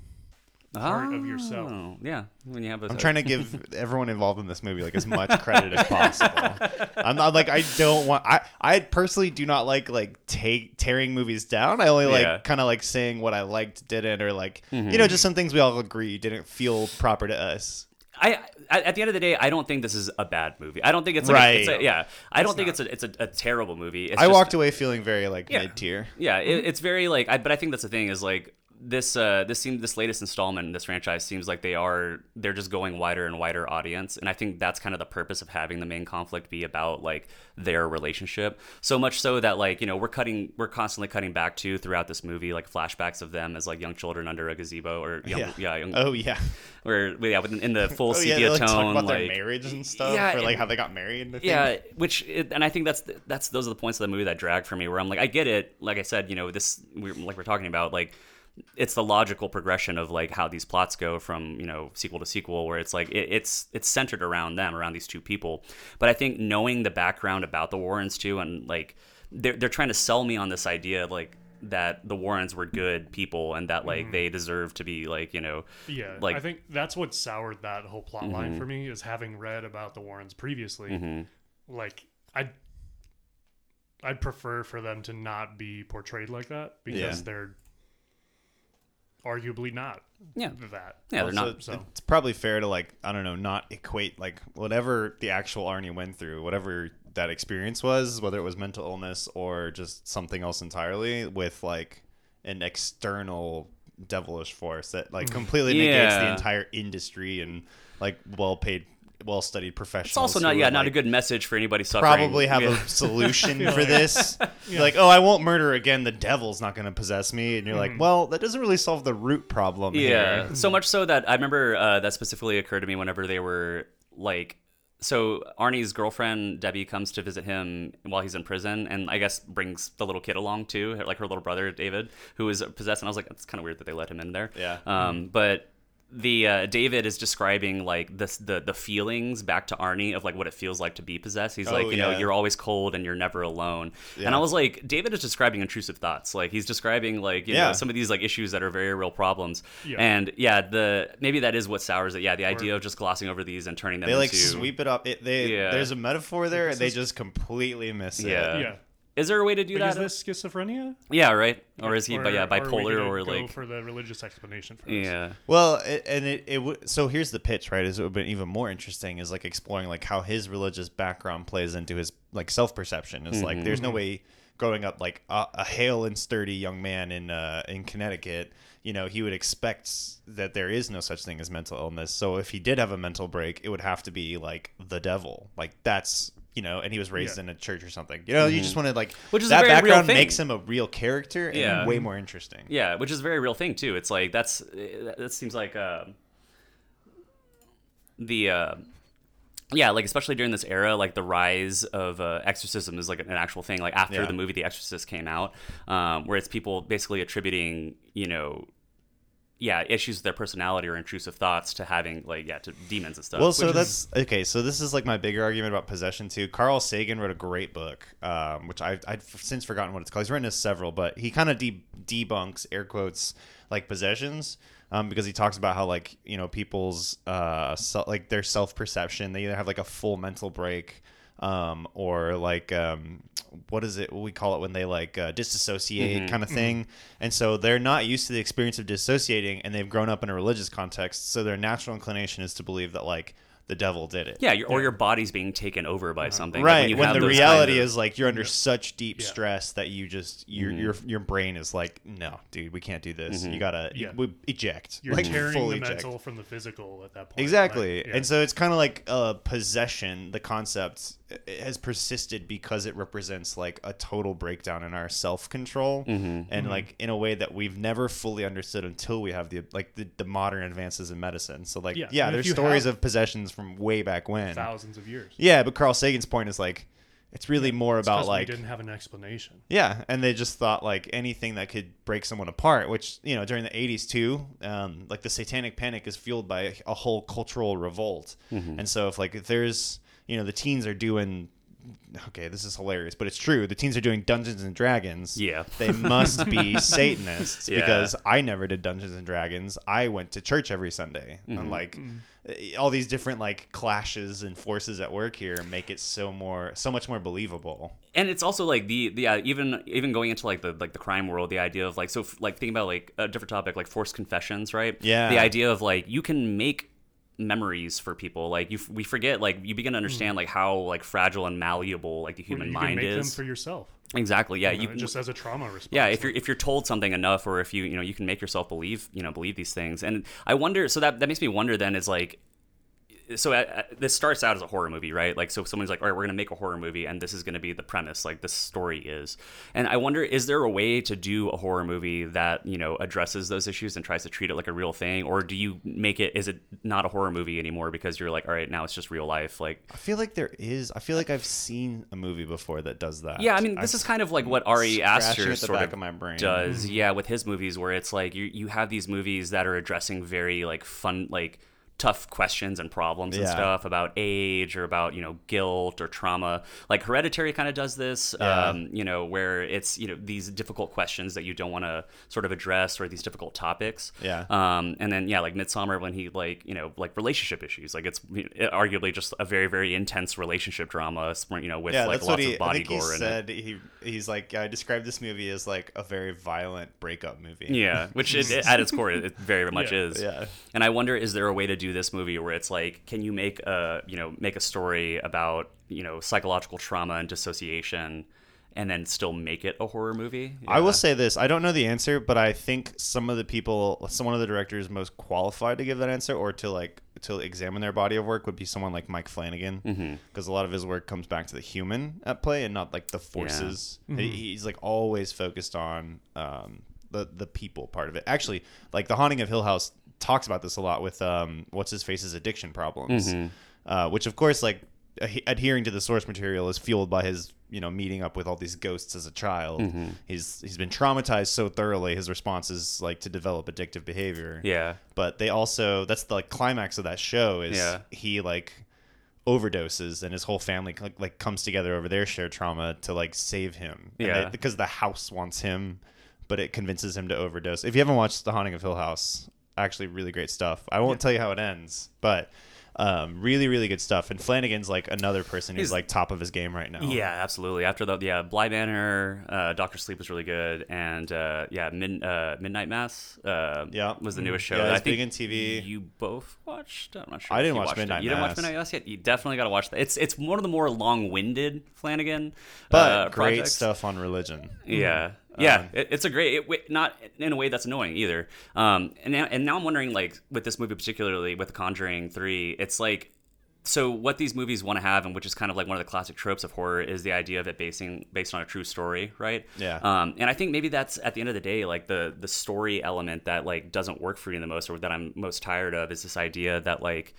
Speaker 3: part of yourself.
Speaker 2: Oh, yeah when you have a
Speaker 1: I'm trying to give everyone involved in this movie like as much credit as possible. I'm not like I don't want I I personally do not like like take tearing movies down. I only like
Speaker 2: Yeah. Mm-hmm.
Speaker 1: kind of like saying what I liked didn't or like you know just some things we all agree didn't feel proper to us.
Speaker 2: I at at the end of the day, I don't think this is a bad movie. I don't think it's like
Speaker 1: Right.
Speaker 2: A, it's a, yeah. I don't think it's a it's a, a terrible movie. It's
Speaker 1: I
Speaker 2: just-
Speaker 1: walked Mm-hmm. away feeling very like
Speaker 2: Yeah.
Speaker 1: mid tier.
Speaker 2: Yeah, it, it's very like. I, but I think that's the thing is like this. Uh, this seems this latest installment in this franchise seems like they are they're just going wider and wider audience, and I think that's kind of the purpose of having the main conflict be about like their relationship. So much so that like you know we're cutting we're constantly cutting back to throughout this movie like flashbacks of them as like young children under a gazebo or young, yeah.
Speaker 1: Yeah.
Speaker 2: young,
Speaker 1: Oh yeah.
Speaker 2: where yeah within- in the full
Speaker 1: Oh
Speaker 2: sepia
Speaker 1: yeah. They like
Speaker 2: tone
Speaker 1: talk about their
Speaker 2: like-
Speaker 1: marriage and stuff
Speaker 2: yeah,
Speaker 1: or like
Speaker 2: and-
Speaker 1: how they got married. And the thing.
Speaker 2: yeah, which it, and I think that's the, that's those are the points of the movie that drag for me where I'm like I get it. Like I said, you know, this we like we're talking about like it's the logical progression of like how these plots go from you know sequel to sequel where it's like it, it's it's centered around them around these two people. But I think knowing the background about the Warrens too and like they're they're trying to sell me on this idea of like that the Warrens were good people and that like they deserve to be like you know
Speaker 3: Yeah,
Speaker 2: like Mm-hmm.
Speaker 3: I think that's what soured that whole plot line for me is having read about the Warrens previously.
Speaker 2: Mm-hmm.
Speaker 3: Like I, I'd prefer for them to not be portrayed like that because
Speaker 1: Yeah.
Speaker 3: they're arguably not
Speaker 2: yeah
Speaker 3: that.
Speaker 2: yeah they're
Speaker 1: So
Speaker 2: not
Speaker 1: it's-
Speaker 3: so.
Speaker 1: It's probably fair to like I don't know, not equate like whatever the actual Arnie went through, whatever that experience was, whether it was mental illness or just something else entirely, with like an external devilish force that like completely negates the
Speaker 2: Yeah.
Speaker 1: entire industry and like well paid, well studied professionals.
Speaker 2: it's also not
Speaker 1: who
Speaker 2: yeah
Speaker 1: would,
Speaker 2: not a
Speaker 1: like,
Speaker 2: good message for anybody suffering
Speaker 1: Probably have
Speaker 2: Yeah.
Speaker 1: a solution for this. You're Like, oh, I won't murder again. The devil's not going to possess me, and you're like, well, that doesn't really solve the root problem.
Speaker 2: Mm-hmm. Yeah.
Speaker 1: here. Mm-hmm.
Speaker 2: So much so that I remember uh, that specifically occurred to me whenever they were like, so Arnie's girlfriend Debbie comes to visit him while he's in prison, and I guess brings the little kid along too, her- like her little brother David, who is possessed. And I was like, that's kind of weird that they let him in there.
Speaker 1: Yeah. Mm-hmm.
Speaker 2: Um, but the uh, David is describing like this the the feelings back to Arnie of like what it feels like to be possessed. He's like,
Speaker 1: Oh,
Speaker 2: you know,
Speaker 1: yeah.
Speaker 2: you're always cold and you're never alone. And I was like, David is describing intrusive thoughts. Like he's describing like you know
Speaker 1: Yeah.
Speaker 2: some of these like issues that are very real problems.
Speaker 3: Yeah.
Speaker 2: And yeah, the maybe that is what sours it. Yeah, the idea of just glossing over these and turning them
Speaker 1: they like
Speaker 2: into
Speaker 1: sweep it up. It, they
Speaker 2: Yeah.
Speaker 1: there's a metaphor there, and they just completely miss it.
Speaker 2: Yeah.
Speaker 3: yeah.
Speaker 2: Is there a way to do
Speaker 3: Like, is
Speaker 2: that?
Speaker 3: this schizophrenia?
Speaker 2: yeah, right. Or is he?
Speaker 3: Or
Speaker 2: but yeah,
Speaker 3: are we
Speaker 2: bipolar
Speaker 3: gonna
Speaker 2: or
Speaker 3: go
Speaker 2: like
Speaker 3: for the religious explanation for this?
Speaker 2: yeah.
Speaker 1: Well, it, and it, it w- so here's the pitch, right? Is it would have been even more interesting is like exploring like how his religious background plays into his like self perception. It's like there's no
Speaker 2: Mm-hmm.
Speaker 1: way growing up like a, a hale and sturdy young man in uh, in Connecticut, you know, he would expect that there is no such thing as mental illness. So if he did have a mental break, it would have to be like the devil. Like that's you know, and he was raised
Speaker 3: Yeah.
Speaker 1: in a church or something. You know, you just want to like
Speaker 2: Mm-hmm. Which is a
Speaker 1: that
Speaker 2: very real
Speaker 1: background
Speaker 2: thing.
Speaker 1: makes him a real character and
Speaker 2: Yeah.
Speaker 1: way more interesting.
Speaker 2: Yeah, which is a very real thing too. It's like that's eh, that seems like uh, the uh, yeah, like especially during this era, like the rise of uh, exorcism is like an actual thing. Like after
Speaker 1: Yeah.
Speaker 2: the movie The Exorcist came out, um, where it's people basically attributing you know yeah issues with their personality or intrusive thoughts to having like yeah to demons and stuff.
Speaker 1: Well, so that's okay. So this is like my bigger argument about possession too. Carl Sagan wrote a great book, um, which I, I've since forgotten what it's called. He's written several, but he kind of de- debunks air quotes like possessions um, because he talks about how like you know people's uh, se- like their self perception. They either have like a full mental break. Um, or like um, what is it what we call it when they like uh,
Speaker 2: Mm-hmm.
Speaker 1: disassociate kind of thing and so they're not used to the experience of dissociating and they've grown up in a religious context so their natural inclination is to believe that like the devil did it
Speaker 2: yeah, your, or your body's being taken over by something.
Speaker 1: Uh-huh. right
Speaker 2: Like, you
Speaker 1: when,
Speaker 2: have
Speaker 1: the
Speaker 2: those
Speaker 1: reality
Speaker 2: kind of-
Speaker 1: is like you're under such deep stress that you just your your
Speaker 2: Mm-hmm.
Speaker 1: your brain is like no dude we can't do this you gotta
Speaker 3: Yeah.
Speaker 1: we eject
Speaker 3: You're
Speaker 1: like
Speaker 3: tearing
Speaker 1: full
Speaker 3: the
Speaker 1: eject.
Speaker 3: mental from the physical at that point.
Speaker 1: Exactly.
Speaker 3: Like, yeah.
Speaker 1: And so it's kind of like a possession, the concept it has persisted because it represents like a total breakdown in our self control
Speaker 3: Mm-hmm.
Speaker 1: and like in a way that we've never fully understood until we have the like the, the modern advances in medicine. So like yeah,
Speaker 3: Yeah, and if
Speaker 1: there's
Speaker 3: you
Speaker 1: stories
Speaker 3: have-
Speaker 1: of possessions from way back when.
Speaker 3: thousands of years.
Speaker 1: Yeah, but Carl Sagan's point is like it's really more
Speaker 3: It's 'cause
Speaker 1: about like
Speaker 3: we didn't have an explanation.
Speaker 1: yeah, and they just thought like anything that could break someone apart, which you know during the '80s too, um, like the Satanic Panic is fueled by a whole cultural revolt,
Speaker 2: Mm-hmm.
Speaker 1: and so if like if there's you know the teens are doing, okay, this is hilarious, but it's true. The teens are doing Dungeons and Dragons.
Speaker 2: Yeah.
Speaker 1: they must be Satanists
Speaker 2: Yeah.
Speaker 1: because I never did Dungeons and Dragons. I went to church every Sunday,
Speaker 2: Mm-hmm.
Speaker 1: and like eh, all these different like clashes and forces at work here make it so more so much more believable.
Speaker 2: and it's also like the the uh, even even going into like the like the crime world the idea of like so f- like thinking about like a different topic like forced confessions right
Speaker 1: Yeah.
Speaker 2: the idea of like you can make memories for people like you f- we forget like you begin to understand like how like fragile and malleable like the
Speaker 3: Or
Speaker 2: human
Speaker 3: you
Speaker 2: mind
Speaker 3: can make
Speaker 2: is
Speaker 3: them for yourself.
Speaker 2: exactly yeah
Speaker 3: You
Speaker 2: you,
Speaker 3: know, just as a trauma response.
Speaker 2: yeah if you're if you're told something enough or if you you know you can make yourself believe you know believe these things and i wonder so that that makes me wonder then is like so uh, uh, this starts out as a horror movie, right? Like, so someone's like, "All right, we're gonna make a horror movie, and this is gonna be the premise. Like, this story is." And I wonder, is there a way to do a horror movie that you know addresses those issues and tries to treat it like a real thing, or do you make it? Is it not a horror movie anymore because you're like, "All right, now it's just real life." Like,
Speaker 1: I feel like there is. I feel like I've seen a movie before that does that.
Speaker 2: Yeah, I mean, this is kind of like what Ari
Speaker 1: scratching
Speaker 2: Aster
Speaker 1: at the
Speaker 2: sort
Speaker 1: back
Speaker 2: of,
Speaker 1: of my brain.
Speaker 2: does. Yeah, with his movies, where it's like you you have these movies that are addressing very like fun like tough questions and problems and
Speaker 1: Yeah.
Speaker 2: stuff about age or about you know guilt or trauma like hereditary kind of does this
Speaker 1: Yeah.
Speaker 2: um you know where it's you know these difficult questions that you don't want to sort of address or these difficult topics
Speaker 1: Yeah.
Speaker 2: um and then yeah like midsummer when he like you know like relationship issues like it's you know, arguably just a very very intense relationship drama you know with
Speaker 1: yeah,
Speaker 2: like
Speaker 1: that's
Speaker 2: lots
Speaker 1: what he.
Speaker 2: of
Speaker 1: I
Speaker 2: body
Speaker 1: think he
Speaker 2: gore in it
Speaker 1: said he he's like I described this movie as like a very violent breakup movie.
Speaker 2: Yeah, which it, it- at its core, it very much
Speaker 3: Yeah,
Speaker 2: is.
Speaker 1: yeah.
Speaker 2: And I wonder, is there a way to do this movie where it's like, can you make a you know make a story about you know psychological trauma and dissociation, and then still make it a horror movie?
Speaker 1: I will say this. I don't know the answer, but I think some of the people, some one of the directors most qualified to give that answer or to like to examine their body of work would be someone like Mike Flanagan, because
Speaker 2: Mm-hmm.
Speaker 1: a lot of his work comes back to the human at play and not like the forces. He- He's like always focused on um, the the people part of it. Actually, like The Haunting of Hill House talks about this a lot with um, what's his face's addiction problems, uh, which of course like adhe- adhering to the source material is fueled by his you know meeting up with all these ghosts as a child he's he's been traumatized so thoroughly his response is like to develop addictive behavior
Speaker 2: Yeah.
Speaker 1: but they also that's the like, climax of that show is
Speaker 2: Yeah.
Speaker 1: he like overdoses and his whole family like, like comes together over their shared trauma to like save him And
Speaker 2: Yeah.
Speaker 1: they- because the house wants him but it convinces him to overdose if you haven't watched the haunting of hill house actually really great stuff i won't tell you how it ends but um, really really good stuff and flanagan's like another person who's
Speaker 2: He's-
Speaker 1: like top of his game right now
Speaker 2: Yeah, absolutely. After the yeah, Bly Banner, uh, Doctor Sleep was really good, and uh, yeah, Min, uh, Midnight Mass, uh,
Speaker 1: Yeah. Mm-hmm.
Speaker 2: was the newest show.
Speaker 1: Yeah,
Speaker 2: that I
Speaker 1: it's big
Speaker 2: think
Speaker 1: in TV.
Speaker 2: You both watched? I'm not sure.
Speaker 1: I
Speaker 2: if
Speaker 1: didn't
Speaker 2: you
Speaker 1: watch
Speaker 2: watched it.
Speaker 1: Midnight
Speaker 2: You didn't watch
Speaker 1: Mass.
Speaker 2: Midnight Mass yet. You definitely got to watch that. It's it's one of the more long-winded Flanagan,
Speaker 1: but
Speaker 2: uh,
Speaker 1: great
Speaker 2: projects.
Speaker 1: stuff on religion Mm-hmm.
Speaker 2: Yeah. Yeah,
Speaker 1: Um,
Speaker 2: it, it's a great. It, wi- not in a way that's annoying either. Um, and now, and now I'm wondering, like, with this movie particularly, with The Conjuring Three, it's like, so what these movies want to have, and which is kind of like one of the classic tropes of horror, is the idea of it basing based on a true story, right?
Speaker 1: Yeah.
Speaker 2: Um, and I think maybe that's at the end of the day, like the the story element that like doesn't work for you the most, or that I'm most tired of, is this idea that like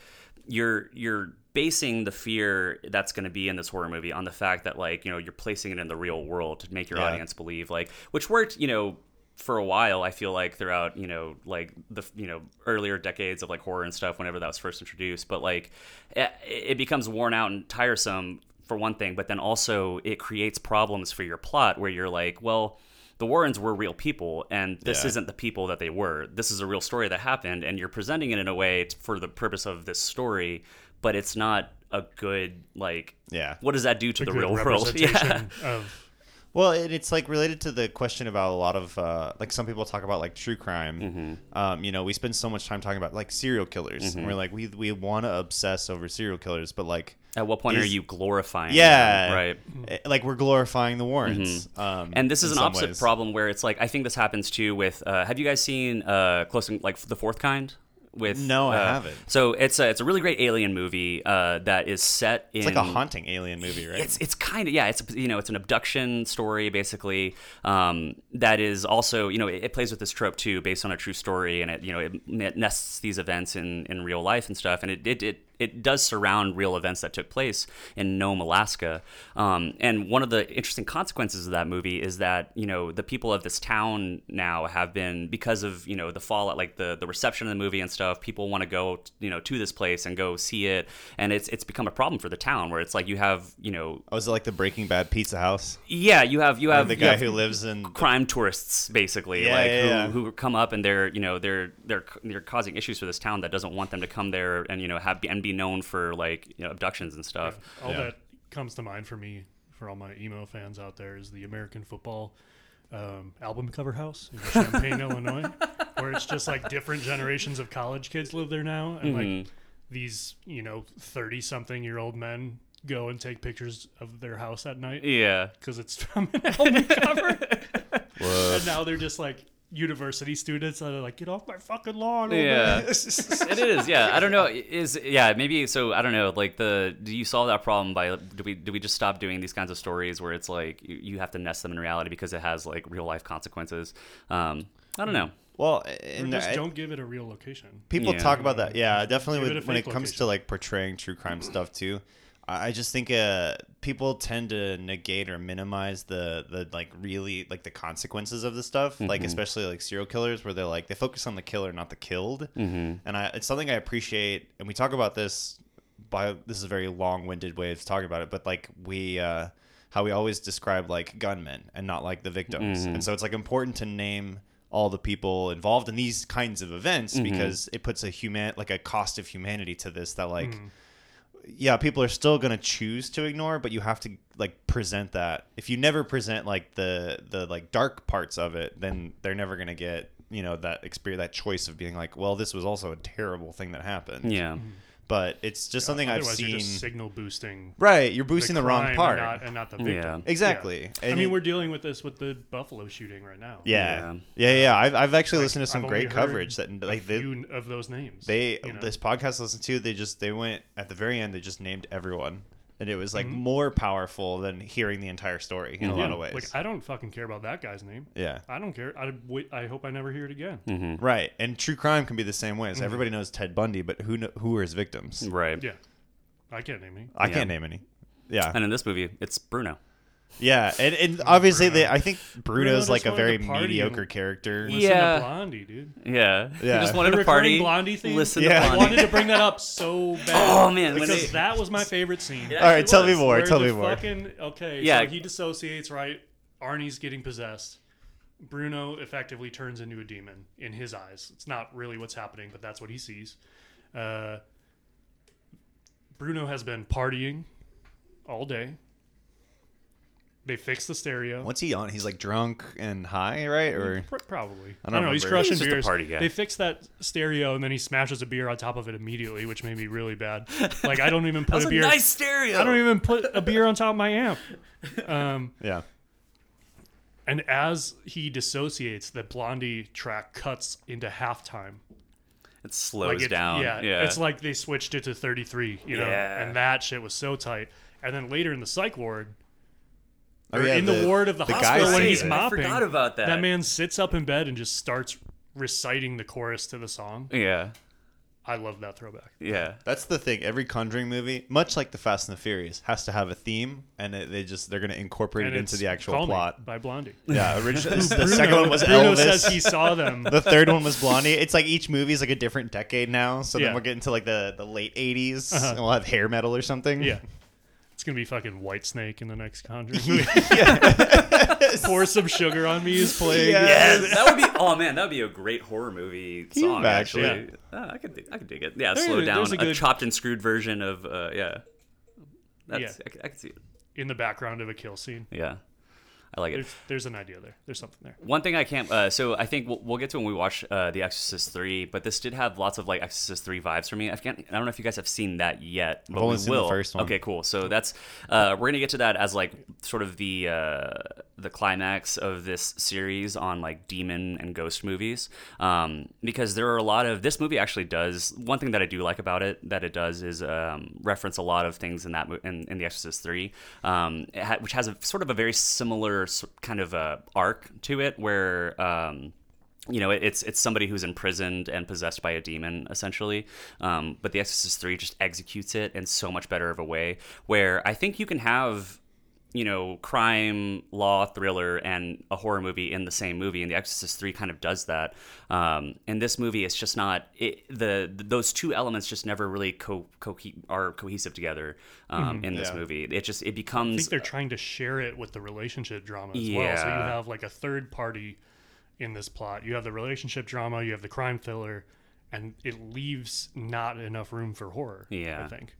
Speaker 2: you're you're basing the fear that's going to be in this horror movie on the fact that like you know you're placing it in the real world to make your
Speaker 1: Yeah.
Speaker 2: audience believe like which worked you know for a while, I feel like throughout you know like the you know earlier decades of like horror and stuff, whenever that was first introduced, but like it, it becomes worn out and tiresome for one thing, but then also it creates problems for your plot where you're like, well. The Warrens were real people, and this
Speaker 1: Yeah.
Speaker 2: isn't the people that they were. This is a real story that happened, and you're presenting it in a way t- for the purpose of this story, but it's not a good like.
Speaker 1: Yeah.
Speaker 2: What does that do to
Speaker 3: a
Speaker 2: the
Speaker 3: good
Speaker 2: real world? Yeah.
Speaker 3: representation of
Speaker 1: Well, and it's like related to the question about a lot of uh, like some people talk about like true crime.
Speaker 2: Mm-hmm.
Speaker 1: Um, you know, we spend so much time talking about like serial killers, and we're like we we want to obsess over serial killers, but like
Speaker 2: At what point are
Speaker 1: Is-
Speaker 2: you glorifying?
Speaker 1: yeah,
Speaker 2: them, right. Mm-hmm.
Speaker 1: eh, Like we're glorifying the Warrens. Um,
Speaker 2: And this is
Speaker 1: in
Speaker 2: an
Speaker 1: some
Speaker 2: opposite
Speaker 1: ways.
Speaker 2: problem where it's like I think this happens too with. Uh, have you guys seen uh, close En- like the fourth kind? With
Speaker 1: No, I
Speaker 2: uh,
Speaker 1: haven't.
Speaker 2: So it's a it's a really great alien movie uh, that is set in
Speaker 1: It's like a haunting alien movie, right?
Speaker 2: It's it's kind of yeah. It's you know it's an abduction story basically. Um, that is also you know it, it plays with this trope too, based on a true story, and it you know it, it nests these events in in real life and stuff, and it it. it it does surround real events that took place in Nome, Alaska, um, and one of the interesting consequences of that movie is that you know the people of this town now have been because of you know the fallout, like the the reception of the movie and stuff. People want to go you know to this place and go see it, and it's it's become a problem for the town where it's like you have you know
Speaker 1: Oh, is it like the Breaking Bad pizza house?
Speaker 2: yeah, you have you have
Speaker 1: The
Speaker 2: you
Speaker 1: guy
Speaker 2: have
Speaker 1: who lives in
Speaker 2: crime tourists basically,
Speaker 1: Yeah,
Speaker 2: like
Speaker 1: yeah,
Speaker 2: who,
Speaker 1: yeah.
Speaker 2: who come up and they're you know they're they're they're causing issues for this town that doesn't want them to come there and you know have and be known for like you know, abductions and stuff.
Speaker 3: all
Speaker 1: Yeah.
Speaker 3: that comes to mind for me for all my emo fans out there is the American football um, album cover house in Champaign, Illinois, where it's just like different generations of college kids live there now, and like
Speaker 2: Mm-hmm.
Speaker 3: these you know thirty something year old men go and take pictures of their house at night
Speaker 2: Yeah.
Speaker 3: because it's from an album cover. and now they're just like university students that are like, get off my fucking lawn. old
Speaker 2: Yeah.
Speaker 3: man."
Speaker 2: it is, yeah. I don't know. Is yeah, maybe so. I don't know. Like the, do you solve that problem by do we do we just stop doing these kinds of stories where it's like you, you have to nest them in reality because it has like real life consequences? Um, I don't know.
Speaker 1: well, eh,
Speaker 3: Or
Speaker 1: and
Speaker 3: just
Speaker 1: I-
Speaker 3: don't give it a real location.
Speaker 1: people
Speaker 2: Yeah.
Speaker 1: talk about that. Yeah, definitely.
Speaker 3: Give it
Speaker 1: With,
Speaker 3: a
Speaker 1: when it
Speaker 3: fake
Speaker 1: comes to
Speaker 3: location.
Speaker 1: like portraying true crime stuff too, I I just think uh, people tend to negate or minimize the the like really like the consequences of the stuff. Like especially like serial killers, where they're like they focus on the killer, not the killed. Mm-hmm. And I, it's something I appreciate. And we talk about this by this is a very long winded way of talking about it, but like we. Uh, how we always describe like gunmen and not like the victims. And so it's like important to name all the people involved in these kinds of events because it puts a human like a cost of humanity to this that like
Speaker 3: Mm.
Speaker 1: yeah, people are still going to choose to ignore, but you have to like present that. If you never present like the the like dark parts of it, then they're never going to get, you know, that experience that choice of being like, well, this was also a terrible thing that
Speaker 3: Mm-hmm.
Speaker 1: happened.
Speaker 2: Yeah.
Speaker 1: But it's just something I've
Speaker 3: Otherwise,
Speaker 1: seen.
Speaker 3: you're just signal boosting.
Speaker 1: right, you're boosting the, wrong
Speaker 3: crime
Speaker 1: part.
Speaker 3: and not, and not the victim.
Speaker 2: Yeah.
Speaker 1: Exactly.
Speaker 3: Yeah. I
Speaker 1: And
Speaker 3: mean,
Speaker 1: it-
Speaker 3: we're dealing with this with the Buffalo shooting right now.
Speaker 1: Yeah.
Speaker 2: Yeah.
Speaker 1: Yeah, yeah. I've, I've actually
Speaker 3: Like,
Speaker 1: listened to some
Speaker 3: I've
Speaker 1: great
Speaker 3: only heard
Speaker 1: coverage that
Speaker 3: a
Speaker 1: like they
Speaker 3: few of those names.
Speaker 1: they
Speaker 3: you know.
Speaker 1: this podcast I listened to, they just they went at the very end they just named everyone. And it was like more powerful than hearing the entire story
Speaker 2: Mm-hmm.
Speaker 1: in a lot of ways.
Speaker 3: Mm-hmm. Like, I don't fucking care about that guy's name.
Speaker 1: yeah.
Speaker 3: I don't care. I, w- I hope I never hear it again.
Speaker 2: Hmm. Mm-hmm.
Speaker 1: Right. And true crime can be the same way. So
Speaker 3: Mm-hmm.
Speaker 1: everybody knows Ted Bundy, but who kn- who are his victims?
Speaker 2: Right.
Speaker 3: Yeah. I can't name any.
Speaker 1: I can't name any. Yeah.
Speaker 2: And in this movie, it's Bruno.
Speaker 1: Yeah. And, and obviously
Speaker 3: Bruno.
Speaker 1: they I think Bruno's
Speaker 3: just
Speaker 1: like a
Speaker 3: wanted to
Speaker 1: very
Speaker 3: party and-
Speaker 1: mediocre character.
Speaker 3: Listen
Speaker 2: Yeah.
Speaker 3: to Blondie, dude.
Speaker 2: Yeah.
Speaker 1: Yeah.
Speaker 2: He just
Speaker 3: The
Speaker 2: wanted to
Speaker 3: recurring
Speaker 2: party.
Speaker 3: Blondie theme.
Speaker 2: Listen
Speaker 1: Yeah.
Speaker 2: to
Speaker 3: I
Speaker 2: Blondie.
Speaker 3: wanted to bring that up so bad.
Speaker 2: Oh, man, when
Speaker 3: because
Speaker 2: they-
Speaker 3: that was my favorite scene.
Speaker 1: All right, tell me
Speaker 2: was.
Speaker 1: more.
Speaker 3: Where
Speaker 1: Tell
Speaker 3: the
Speaker 1: me more.
Speaker 3: Fucking, okay,
Speaker 2: Yeah.
Speaker 3: so he dissociates, right? Arnie's getting possessed. Bruno effectively turns into a demon in his eyes. It's not really what's happening, but that's what he sees. Uh, Bruno has been partying all day. They fix the stereo.
Speaker 1: What's he on? He's like drunk and high,
Speaker 3: Mm-hmm.
Speaker 1: right? Or
Speaker 3: Pr- probably. I
Speaker 1: don't
Speaker 3: don't, know. He's
Speaker 1: remember.
Speaker 3: crushing
Speaker 2: He's just a
Speaker 3: beers.
Speaker 2: party guy.
Speaker 3: They fix that stereo and then he smashes a beer on top of it immediately, which made me really bad. Like I don't even put
Speaker 2: That's
Speaker 3: a
Speaker 2: a
Speaker 3: beer.
Speaker 2: nice stereo.
Speaker 3: I don't even put a beer on top of my amp.
Speaker 1: yeah.
Speaker 3: And as he dissociates, the Blondie track cuts into halftime.
Speaker 2: It slows
Speaker 3: it,
Speaker 2: Oh, down.
Speaker 3: Yeah,
Speaker 2: Yeah.
Speaker 3: it's like they switched it to 33, you know,
Speaker 2: Yeah.
Speaker 3: and that shit was so tight. And then later in the psych ward,
Speaker 1: Oh,
Speaker 3: or
Speaker 1: yeah,
Speaker 3: in the, ward of the,
Speaker 1: guy
Speaker 3: hospital when
Speaker 1: sees
Speaker 3: he's
Speaker 1: it.
Speaker 3: mopping,
Speaker 2: forgot about that.
Speaker 3: that man sits up in bed and just starts reciting the chorus to the song.
Speaker 2: yeah.
Speaker 3: I love that throwback.
Speaker 2: Yeah.
Speaker 1: That's the thing. Every Conjuring movie, much like the Fast and the Furious, has to have a theme, and it, they just they're going to incorporate it into
Speaker 3: it's
Speaker 1: the actual
Speaker 3: Call Me
Speaker 1: plot.
Speaker 3: by Blondie.
Speaker 1: Yeah, originally the
Speaker 3: Bruno-
Speaker 1: second one was
Speaker 3: Bruno
Speaker 1: Elvis.
Speaker 3: says he saw them.
Speaker 1: the third one was Blondie. It's like each movie is like a different decade now. So
Speaker 3: Yeah. Uh-huh.
Speaker 1: then we're getting to like the, the late 80s, and we'll have hair metal or something.
Speaker 3: Yeah. It's gonna be fucking White Snake in the next Conjuring movie. Pour some sugar on me is playing.
Speaker 2: Yes. that would be. Oh man, that would be a great horror movie
Speaker 1: you
Speaker 2: song.
Speaker 1: imagine?
Speaker 2: Actually, Ah, I could, dig- I could dig it. Yeah,
Speaker 3: There-
Speaker 2: slow down.
Speaker 3: there's
Speaker 2: A,
Speaker 3: a good-
Speaker 2: chopped and screwed version of. Uh, yeah. That's, I, c- I can see it.
Speaker 3: In the background of a kill scene.
Speaker 2: Yeah, I like it.
Speaker 3: There's there's an idea there. There's something there.
Speaker 2: One thing I can't. Uh, so I think we'll, we'll get to when we watch uh, The Exorcist three, but this did have lots of like Exorcist three vibes for me. I can't. I don't know if you guys have seen that yet, but
Speaker 1: only
Speaker 2: we
Speaker 1: seen the
Speaker 2: will.
Speaker 1: first one.
Speaker 2: Okay, cool. So that's uh, we're gonna get to that as like sort of the uh, the climax of this series on like demon and ghost movies, um, because there are a lot of this movie actually does one thing that I do like about it that it does is um, reference a lot of things in that mo- in, in The Exorcist three, um, it ha- which has a sort of a very similar s- kind of uh arc to it where. Um, you know, it- it's it's somebody who's imprisoned and possessed by a demon, essentially. Um, but The Exorcist Three just executes it in so much better of a way, where I think you can have, you know, crime, law, thriller, and a horror movie in the same movie, and The Exorcist Three kind of does that. Um, and this movie, it's just not it, the those two elements just never really co- co- are cohesive together um, in this
Speaker 1: Yeah.
Speaker 2: movie. It just it
Speaker 3: Mm-hmm. I
Speaker 2: becomes
Speaker 3: think they're
Speaker 1: uh,
Speaker 3: trying to share it with the relationship drama as well. So you
Speaker 2: Yeah.
Speaker 3: have like a third party in this plot. You have the relationship drama, you have the crime thriller, and it leaves not enough room for horror.
Speaker 2: Yeah.
Speaker 3: I think.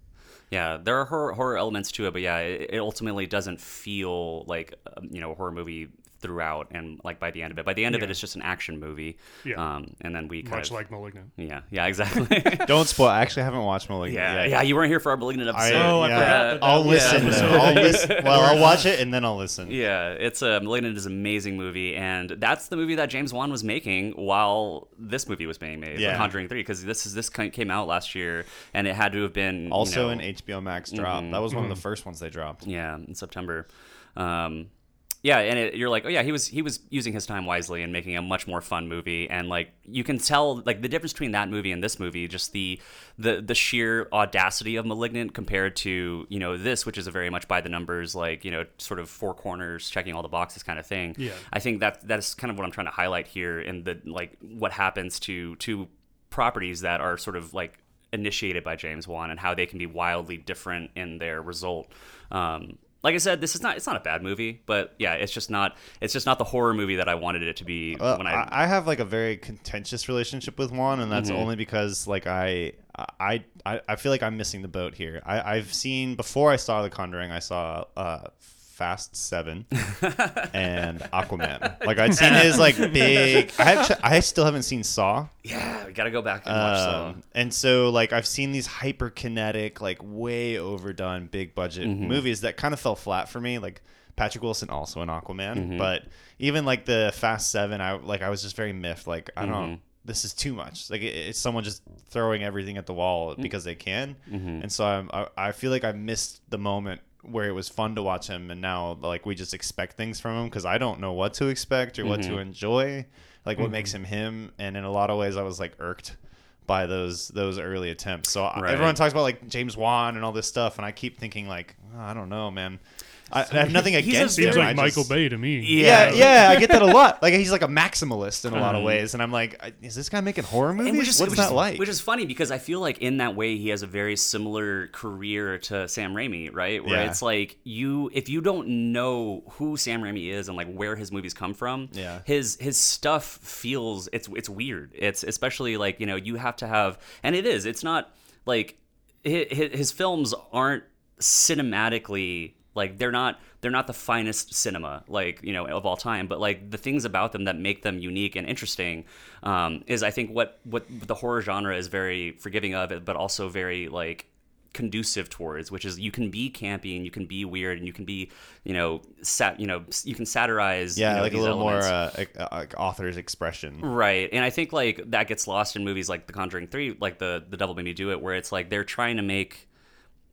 Speaker 2: Yeah, there are horror, horror elements to it, but yeah, it, it ultimately doesn't feel like um, you know a horror movie throughout, and like by the end of it, by the end of it,
Speaker 3: Yeah.
Speaker 2: it's just an action movie.
Speaker 3: Yeah.
Speaker 2: Um, and then we kind
Speaker 3: Much
Speaker 2: of
Speaker 3: like Malignant.
Speaker 2: yeah, yeah, exactly.
Speaker 1: Don't spoil. I actually haven't watched Malignant
Speaker 2: yeah,
Speaker 1: yet.
Speaker 2: yeah, you weren't here for our malignant
Speaker 1: I,
Speaker 2: episode.
Speaker 3: Oh, I
Speaker 1: yeah.
Speaker 3: forgot that that
Speaker 1: I'll
Speaker 3: was
Speaker 1: listen.
Speaker 3: the
Speaker 1: though.
Speaker 3: episode
Speaker 1: I'll
Speaker 3: that you-
Speaker 1: listen. Well, I'll watch it and then I'll listen.
Speaker 2: Yeah, it's a uh, Malignant is an amazing movie, and that's the movie that James Wan was making while this movie was being made, The
Speaker 1: Yeah.
Speaker 2: Conjuring Three, because this is this ca- came out last year, and it had to have been you
Speaker 1: Also,
Speaker 2: know-
Speaker 1: an HBO Max drop. That was
Speaker 3: Mm-hmm.
Speaker 1: one of the first ones they dropped.
Speaker 2: Yeah, in September. Um, yeah, and it, you're like, oh yeah, he was he was using his time wisely and making a much more fun movie. And like you can tell, like the difference between that movie and this movie, just the the the sheer audacity of *Malignant* compared to you know this, which is a very much by the numbers, like you know, sort of four corners, checking all the boxes kind of thing.
Speaker 3: Yeah.
Speaker 2: I think that that is kind of what I'm trying to highlight here, and the like what happens to to properties that are sort of like initiated by James Wan and how they can be wildly different in their result. Um, like I said, this is not it's not a bad movie, but yeah, it's just not it's just not the horror movie that I wanted it to be
Speaker 1: Well,
Speaker 2: when I,
Speaker 1: Uh,
Speaker 2: Mm-hmm.
Speaker 1: I, I have like a very contentious relationship with Juan, and that's only because like I, I, I, I feel like I'm missing the boat here. I, I've seen before I saw The Conjuring, I saw uh, Fast Seven and Aquaman. Like I'd seen his like big. I actually, I still haven't seen Saw.
Speaker 2: yeah, we gotta go back and watch
Speaker 1: Um,
Speaker 2: some.
Speaker 1: and so like I've seen these hyperkinetic, like way overdone, big budget movies that kind of fell flat for me. Like Patrick Wilson also in Aquaman, but even like the Fast Seven, I like I was just very miffed. Like I don't. This is too much. Like it, it's someone just throwing everything at the wall because they can, and so I'm, I I feel like I missed the moment where it was fun to watch him, and now like we just expect things from him because I don't know what to expect or what to enjoy, like what makes him him. And in a lot of ways, I was like irked by those those early attempts. So I-
Speaker 2: Right.
Speaker 1: everyone talks about like James Wan and all this stuff, and I keep thinking like oh, I don't know, man. I, I have nothing
Speaker 2: He's a-
Speaker 1: against him.
Speaker 3: Seems
Speaker 1: I
Speaker 3: like
Speaker 1: just-
Speaker 3: Michael Bay to me.
Speaker 1: Yeah, yeah, I get that a lot. Like he's like a maximalist in a
Speaker 2: Um,
Speaker 1: lot of ways, and I'm like, I- is this guy making horror movies?
Speaker 2: which is-
Speaker 1: What's
Speaker 2: which
Speaker 1: that
Speaker 2: is-
Speaker 1: like?
Speaker 2: Which is funny because I feel like in that way he has a very similar career to Sam Raimi, right? Where
Speaker 1: Yeah.
Speaker 2: it's like you if you don't know who Sam Raimi is and like where his movies come from,
Speaker 1: Yeah.
Speaker 2: his his stuff feels it's it's weird. It's especially like, you know, you have to have and it is. It's not like his, his films aren't cinematically like they're not they're not the finest cinema like you know of all time but like the things about them that make them unique and interesting um, is i think what what the horror genre is very forgiving of but also very like conducive towards which is you can be campy and you can be weird and you can be you know sat you know you can satirize
Speaker 1: yeah,
Speaker 2: you know,
Speaker 1: like a
Speaker 2: these
Speaker 1: little
Speaker 2: elements.
Speaker 1: more uh, like, uh, like author's expression.
Speaker 2: Right, and I think like that gets lost in movies like The Conjuring Three, like the the Devil Made Me Do It, where it's like they're trying to make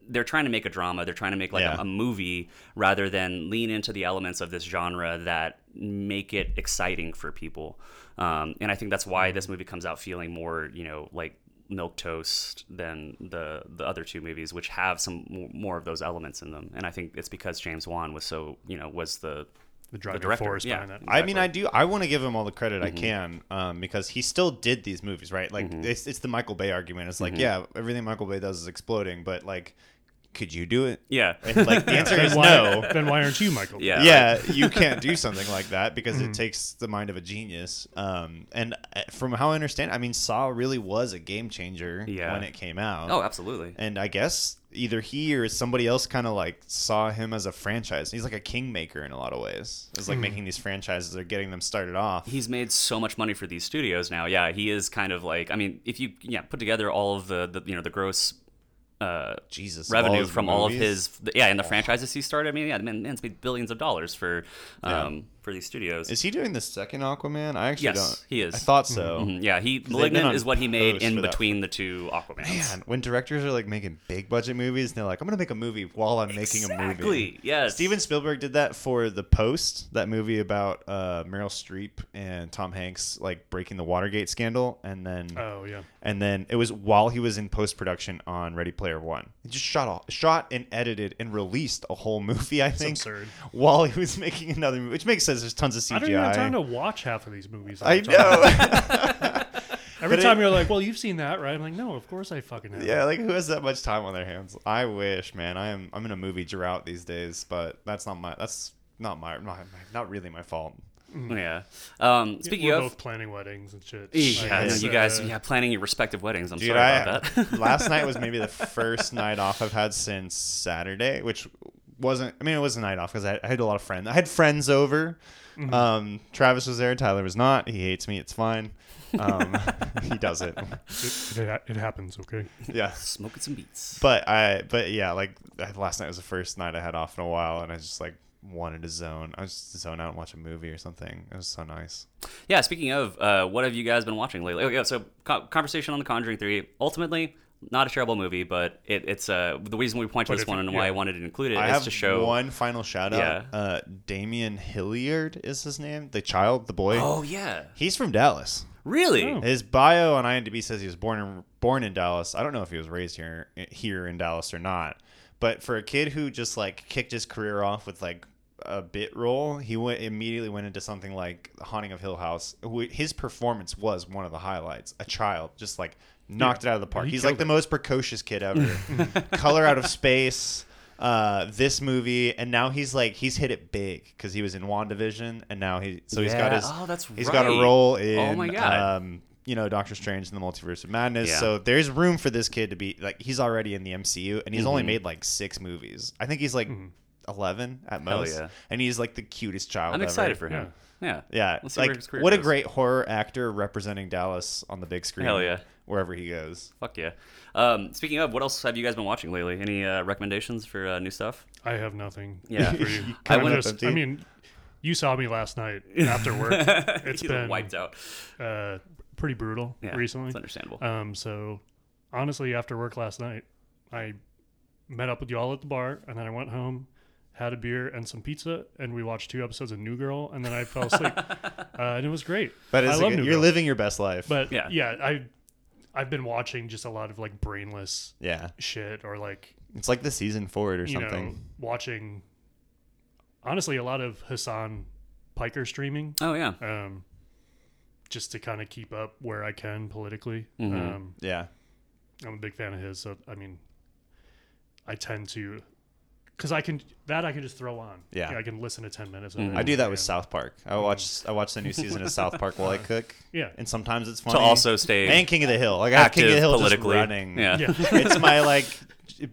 Speaker 2: they're trying to make a drama, they're trying to make like
Speaker 1: Yeah.
Speaker 2: a, a movie rather than lean into the elements of this genre that make it Mm. exciting for people. Um, and I think that's why this movie comes out feeling more, you know, like Milk Toast than the the other two movies, which have some mo- more of those elements in them. And I think it's because James Wan was so you know was the
Speaker 3: The driving
Speaker 2: director,
Speaker 3: force
Speaker 2: yeah.
Speaker 3: behind that.
Speaker 1: I mean, I do. I want to give him all the credit
Speaker 2: Mm-hmm.
Speaker 1: I can um, because he still did these movies, right? Like it's, it's the Michael Bay argument. It's
Speaker 2: Mm-hmm.
Speaker 1: like, yeah, everything Michael Bay does is exploding, but like, could you do it?
Speaker 2: yeah
Speaker 1: And, like the answer is
Speaker 3: Why,
Speaker 1: no.
Speaker 3: Then why aren't you, Michael?
Speaker 2: yeah
Speaker 1: yeah, you can't do something like that because it takes the mind of a genius. Um, and uh, from how I understand, I mean, Saw really was a game changer
Speaker 2: Yeah.
Speaker 1: when it came out.
Speaker 2: oh absolutely
Speaker 1: and I guess either he or somebody else kind of like saw him as a franchise. He's like a kingmaker in a lot of ways. It's like making these franchises or getting them started off.
Speaker 2: he's made so much money for these studios now. Yeah, he is kind of like I mean, if you yeah put together all of the, the you know the gross uh,
Speaker 1: Jesus, of all
Speaker 2: revenue
Speaker 1: his
Speaker 2: from all of
Speaker 1: movies? Oh.
Speaker 2: his yeah and the franchises he started. I mean, yeah, man, man's made billions of dollars for um, for these studios.
Speaker 1: Is he doing the second Aquaman? I actually
Speaker 2: Yes,
Speaker 1: don't.
Speaker 2: he is.
Speaker 1: I thought so.
Speaker 2: Mhm, yeah, he
Speaker 1: been
Speaker 2: malignant
Speaker 1: on
Speaker 2: is what he made
Speaker 1: post
Speaker 2: in
Speaker 1: for that.
Speaker 2: between the two Aquamans.
Speaker 1: Man, when directors are like making big budget movies, and they're like, "I'm gonna make a movie while I'm making a movie."
Speaker 2: Exactly. Yes.
Speaker 1: Steven Spielberg did that for The Post, that movie about uh, Meryl Streep and Tom Hanks like breaking the Watergate scandal, and then
Speaker 3: Oh yeah.
Speaker 1: and then it was while he was in post production on Ready Player One. He just shot all, shot and edited and released a whole movie. I think
Speaker 3: absurd.
Speaker 1: while he was making another movie, which makes sense. There's tons of CGI.
Speaker 3: I don't even have time to watch half of these movies.
Speaker 1: I
Speaker 3: all the time.
Speaker 1: know.
Speaker 3: Every
Speaker 1: But
Speaker 3: time
Speaker 1: it-
Speaker 3: you're like, "Well, you've seen that, right?" I'm like, "No, of course I fucking have."
Speaker 1: Yeah, like who has that much time on their hands? I wish, man. I am. I'm in a movie drought these days, but that's not my. That's not my. my, my not really my fault.
Speaker 2: Mm, Yeah. Um, speaking
Speaker 3: We're
Speaker 2: of.
Speaker 3: both planning weddings and shit.
Speaker 2: Yeah, I know
Speaker 1: Yes.
Speaker 2: you guys,
Speaker 3: uh,
Speaker 2: yeah, planning your respective weddings. I'm
Speaker 1: Dude,
Speaker 2: sorry
Speaker 1: I,
Speaker 2: about that.
Speaker 1: last night was maybe the first night off I've had since Saturday, which wasn't. I mean, it was a night off because I, I had a lot of friends. I had friends over.
Speaker 2: Mm-hmm.
Speaker 1: Um, Travis was there. Tyler was not. He hates me. It's fine. Um, he does it.
Speaker 3: It, it, ha- it happens, okay.
Speaker 1: Yeah.
Speaker 2: Smoking some beats.
Speaker 1: But I, but yeah, like I- last night was the first night I had off in a while, and I just like wanted to zone. I was just zone out and watch a movie or something. It was so nice.
Speaker 2: Yeah, speaking of, uh, what have you guys been watching lately? Oh, yeah, so co- conversation on The Conjuring 3. Ultimately, not a terrible movie, but it, it's uh, the reason we point to
Speaker 3: But
Speaker 2: this
Speaker 3: if
Speaker 2: one
Speaker 3: you-
Speaker 2: and why I
Speaker 3: yeah.
Speaker 2: wanted to include it is
Speaker 1: I have
Speaker 2: to show.
Speaker 1: one final shout out.
Speaker 2: Yeah.
Speaker 1: Uh, Damian Hilliard is his name. The child, the boy.
Speaker 2: Oh, yeah.
Speaker 1: He's from Dallas.
Speaker 2: Really?
Speaker 1: His bio on IMDb says he was born in, born in Dallas. I don't know if he was raised here here in Dallas or not. But for a kid who just like kicked his career off with like a bit role, he went immediately went into something like The Haunting of Hill House. who- His performance was one of the highlights. A child just like knocked it out of the park. He's like the most precocious kid ever. Color out of space. Uh, this movie, and now he's like he's hit it big because he was in Wandavision, and now he so he's got
Speaker 2: Yeah.
Speaker 1: his
Speaker 2: Oh, that's
Speaker 1: he's got a
Speaker 2: right.
Speaker 1: role in
Speaker 2: Oh my God.
Speaker 1: um, you know, Doctor Strange and the Multiverse of Madness.
Speaker 2: Yeah.
Speaker 1: So there's room for this kid to be like he's already in the MCU and he's
Speaker 2: Mm-hmm.
Speaker 1: only made like six movies. I think he's like
Speaker 3: Mm-hmm.
Speaker 1: eleven at
Speaker 2: Hell
Speaker 1: most.
Speaker 2: yeah.
Speaker 1: And he's like the cutest child.
Speaker 2: I'm
Speaker 1: ever.
Speaker 2: excited for him. Yeah.
Speaker 1: Yeah,
Speaker 2: Let's see where
Speaker 1: like
Speaker 2: his career
Speaker 1: what a
Speaker 2: goes.
Speaker 1: great horror actor representing Dallas on the big screen.
Speaker 2: Hell yeah.
Speaker 1: wherever he goes.
Speaker 2: Fuck yeah. Um, speaking of, what else have you guys been watching lately? Any uh, recommendations for uh, new stuff?
Speaker 3: I have nothing.
Speaker 2: Yeah.
Speaker 3: For you.
Speaker 1: I
Speaker 3: I,
Speaker 1: went-
Speaker 3: just, I mean, you saw me last night after work. It's
Speaker 2: He's
Speaker 3: been
Speaker 2: wiped out.
Speaker 3: Uh, pretty brutal
Speaker 2: Yeah,
Speaker 3: recently.
Speaker 2: It's understandable.
Speaker 3: Um, so honestly, after work last night, I met up with y'all at the bar, and then I went home, had a beer and some pizza, and we watched two episodes of New Girl, and then I fell asleep, uh, and it was great.
Speaker 1: That is
Speaker 3: I
Speaker 1: a
Speaker 3: love
Speaker 1: good-
Speaker 3: New
Speaker 1: you're
Speaker 3: Girl,
Speaker 1: living your best life.
Speaker 3: but
Speaker 2: Yeah.
Speaker 3: yeah, yeah, I I've been watching just a lot of like brainless
Speaker 1: yeah,
Speaker 3: shit or like
Speaker 1: it's like the season for it or
Speaker 3: you
Speaker 1: something.
Speaker 3: know watching. Honestly, a lot of Hassan Piker streaming,
Speaker 2: oh, yeah.
Speaker 1: Uh,
Speaker 3: um, just to kind of keep up where I can politically.
Speaker 1: Mm-hmm.
Speaker 3: Um,
Speaker 1: Yeah,
Speaker 3: I'm a big fan of his, so I mean, I tend to, because I can that I can just throw on.
Speaker 1: Yeah. Mm-hmm.
Speaker 3: I can listen to ten minutes. Of it
Speaker 2: Mm.
Speaker 1: I do that
Speaker 3: and-
Speaker 1: with South Park. I watch I watch the new season of South Park while I cook.
Speaker 3: Yeah.
Speaker 1: and sometimes it's funny.
Speaker 2: To also stay
Speaker 1: and King of the Hill. Like I have
Speaker 2: active
Speaker 1: King of the Hill
Speaker 2: politically.
Speaker 1: just running.
Speaker 2: Yeah.
Speaker 3: Yeah,
Speaker 1: it's my like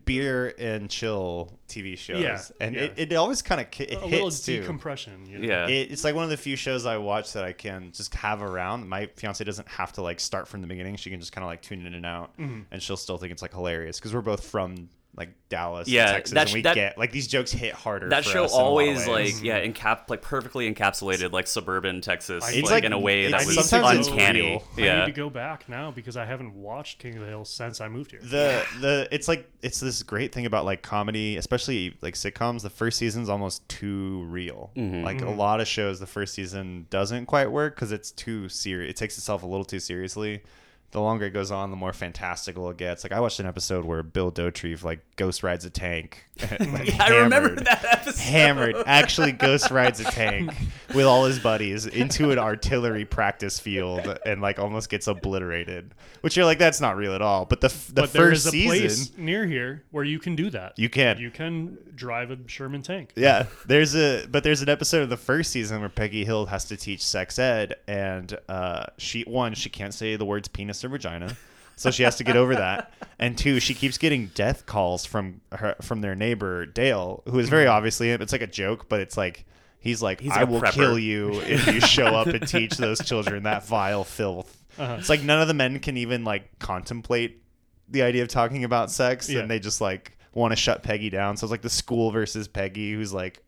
Speaker 1: beer and chill TV shows.
Speaker 3: Yeah,
Speaker 1: and
Speaker 3: yeah.
Speaker 1: It, it always kind of it
Speaker 3: a little
Speaker 1: hits too.
Speaker 3: decompression. You know?
Speaker 2: Yeah.
Speaker 1: It, it's like one of the few shows I watch that I can just have around. My fiance doesn't have to like start from the beginning. She can just kind of like tune in and out,
Speaker 3: Mm-hmm.
Speaker 1: and she'll still think it's like hilarious because we're both from like Dallas,
Speaker 2: Yeah,
Speaker 1: Texas,
Speaker 2: that sh-
Speaker 1: and we
Speaker 2: that-
Speaker 1: get like these jokes hit harder.
Speaker 2: that
Speaker 1: for
Speaker 2: show
Speaker 1: us in a lot of
Speaker 2: always
Speaker 1: ways.
Speaker 2: like yeah encap like perfectly encapsulated like suburban Texas
Speaker 3: It's
Speaker 2: like,
Speaker 1: like-
Speaker 2: in a way that
Speaker 1: it's-
Speaker 2: was
Speaker 1: sometimes it's
Speaker 2: uncanny.
Speaker 1: real.
Speaker 2: Yeah,
Speaker 3: I need to go back now because I haven't watched King of the Hill since I moved here.
Speaker 1: the the it's like it's this great thing about like comedy especially like sitcoms the first season's almost too real
Speaker 2: Mm-hmm.
Speaker 1: like a lot of shows the first season doesn't quite work because it's too serious it takes itself a little too seriously the longer it goes on, the more fantastical it gets. Like I watched an episode where Bill Dotrieve like ghost rides a tank. like,
Speaker 2: I remember
Speaker 1: hammered.
Speaker 2: that episode.
Speaker 1: Hammered, actually, ghost rides a tank with all his buddies into an artillery practice field and like almost gets obliterated. Which you're like, that's not real at all. But the f- the
Speaker 3: but there
Speaker 1: first
Speaker 3: is a
Speaker 1: season,
Speaker 3: place near here where you can do that.
Speaker 1: You can.
Speaker 3: You can drive a Sherman tank.
Speaker 1: Yeah, there's a but there's an episode of the first season where Peggy Hill has to teach sex ed, and uh, she one she can't say the words penis or vagina, so she has to get over that. And two, she keeps getting death calls from her from their neighbor Dale, who is very
Speaker 3: Mm-hmm.
Speaker 1: obviously it's like a joke, but it's like he's like
Speaker 2: He's
Speaker 1: I
Speaker 2: a
Speaker 1: will
Speaker 2: prepper."
Speaker 1: kill you if you show up and teach those children that vile filth.
Speaker 2: Uh-huh.
Speaker 1: It's like none of the men can even like contemplate the idea of talking about sex
Speaker 3: Yeah.
Speaker 1: and they just like want to shut Peggy down. So it's like the school versus Peggy who's like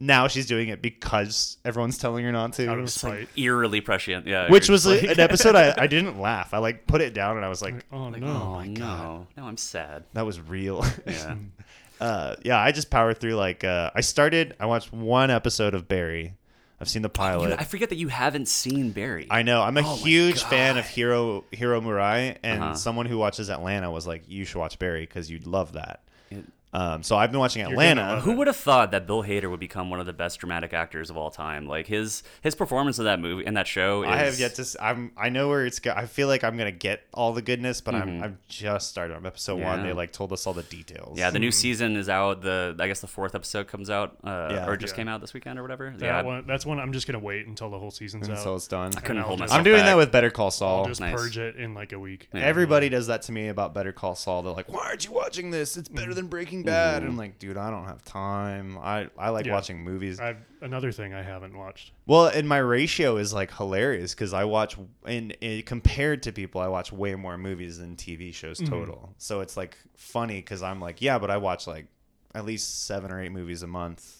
Speaker 1: now she's doing it because everyone's telling her not
Speaker 3: Out of
Speaker 1: to.
Speaker 3: sight.
Speaker 2: Eerily prescient. Yeah.
Speaker 1: Which
Speaker 2: you're
Speaker 1: was
Speaker 2: just
Speaker 1: a- an episode I, I didn't laugh. I like put it down and I was like,
Speaker 3: Oh
Speaker 2: like,
Speaker 3: no.
Speaker 2: oh my god. No, I'm sad.
Speaker 1: that was real.
Speaker 2: Yeah.
Speaker 1: uh, yeah, I just powered through like uh, I started I watched one episode of Barry. I've seen the
Speaker 2: You-
Speaker 1: pilot.
Speaker 2: I forget that you haven't seen Barry.
Speaker 1: I know. I'm a
Speaker 2: Oh my
Speaker 1: huge
Speaker 2: God.
Speaker 1: fan of Hiro Hiro Murai, and
Speaker 2: Uh-huh.
Speaker 1: someone who watches Atlanta was like, "You should watch Barry because you'd love that."
Speaker 2: It-
Speaker 1: Um, so I've been watching
Speaker 3: gonna
Speaker 1: Atlanta.
Speaker 3: love
Speaker 2: Who would have thought that Bill Hader would become one of the best dramatic actors of all time? Like his his performance of that movie in that show. Is,
Speaker 1: I have yet to. s- I'm. I know where it's. Go- I feel like I'm gonna get all the goodness, but I'm. I've just started on episode one.
Speaker 2: Yeah.
Speaker 1: They like told us all the details.
Speaker 2: Yeah, the new season is out. The I guess the fourth episode comes out, uh,
Speaker 1: Yeah.
Speaker 2: or just
Speaker 3: Yeah.
Speaker 2: came out this weekend or whatever.
Speaker 3: That
Speaker 2: yeah, I-
Speaker 3: one, that's one I'm just gonna wait until the whole season's out.
Speaker 1: until it's done.
Speaker 2: I couldn't hold
Speaker 3: I'll just-
Speaker 2: myself.
Speaker 1: I'm doing
Speaker 2: back.
Speaker 1: that with Better Call
Speaker 3: I'll
Speaker 1: Saul.
Speaker 3: just
Speaker 2: Nice.
Speaker 3: purge it in like a week.
Speaker 1: Everybody does that to me about Better Call Saul. They're like, "Why aren't you watching this? It's better than Breaking Bad." And I'm like, "Dude, I don't have time. I I like
Speaker 3: Yeah.
Speaker 1: watching movies.
Speaker 3: I've another thing I haven't watched.
Speaker 1: Well, and my ratio is like hilarious because I watch, and, and compared to people, I watch way more movies than TV shows
Speaker 2: Mm-hmm.
Speaker 1: total. So it's like funny because I'm like, yeah, but I watch like at least seven or eight movies a month,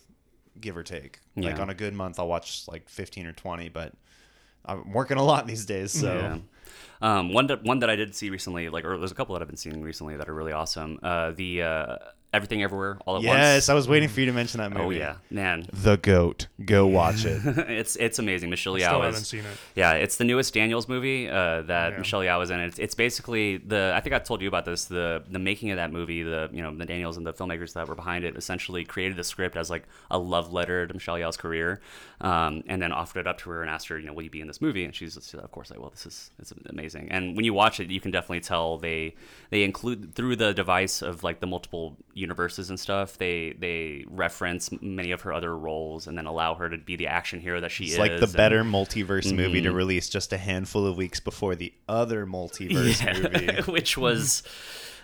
Speaker 1: give or take. Like
Speaker 2: Yeah.
Speaker 1: on a good month, I'll watch like 15 or 20, but I'm working a lot these days. So
Speaker 2: Yeah. Um, one that one that I did see recently, like, or there's a couple that I've been seeing recently that are really awesome. Uh, the uh, Everything Everywhere All at
Speaker 1: yes,
Speaker 2: Once.
Speaker 1: I was waiting for you to mention that movie.
Speaker 2: Oh yeah, man,
Speaker 1: The Goat. Go watch it.
Speaker 2: it's it's amazing. Michelle Yeoh
Speaker 3: Still
Speaker 2: is-
Speaker 3: haven't seen it.
Speaker 2: Yeah, it's the newest Daniels movie uh, that
Speaker 3: Yeah.
Speaker 2: Michelle Yeoh is in. It's, it's basically the I think I told you about this the the making of that movie. The you know the Daniels and the filmmakers that were behind it essentially created the script as like a love letter to Michelle Yeoh's career, um, and then offered it up to her and asked her, you know, will you be in this movie? And she's she's like, of course I will. This is it's amazing. And when you watch it, you can definitely tell they they include through the device of like the multiple universes and stuff. They they reference many of her other roles and then allow her to be the action hero that she
Speaker 1: It's
Speaker 2: is.
Speaker 1: like the
Speaker 2: and- Mm-hmm.
Speaker 1: better multiverse movie to release just a handful of weeks before the other multiverse movie.
Speaker 2: which was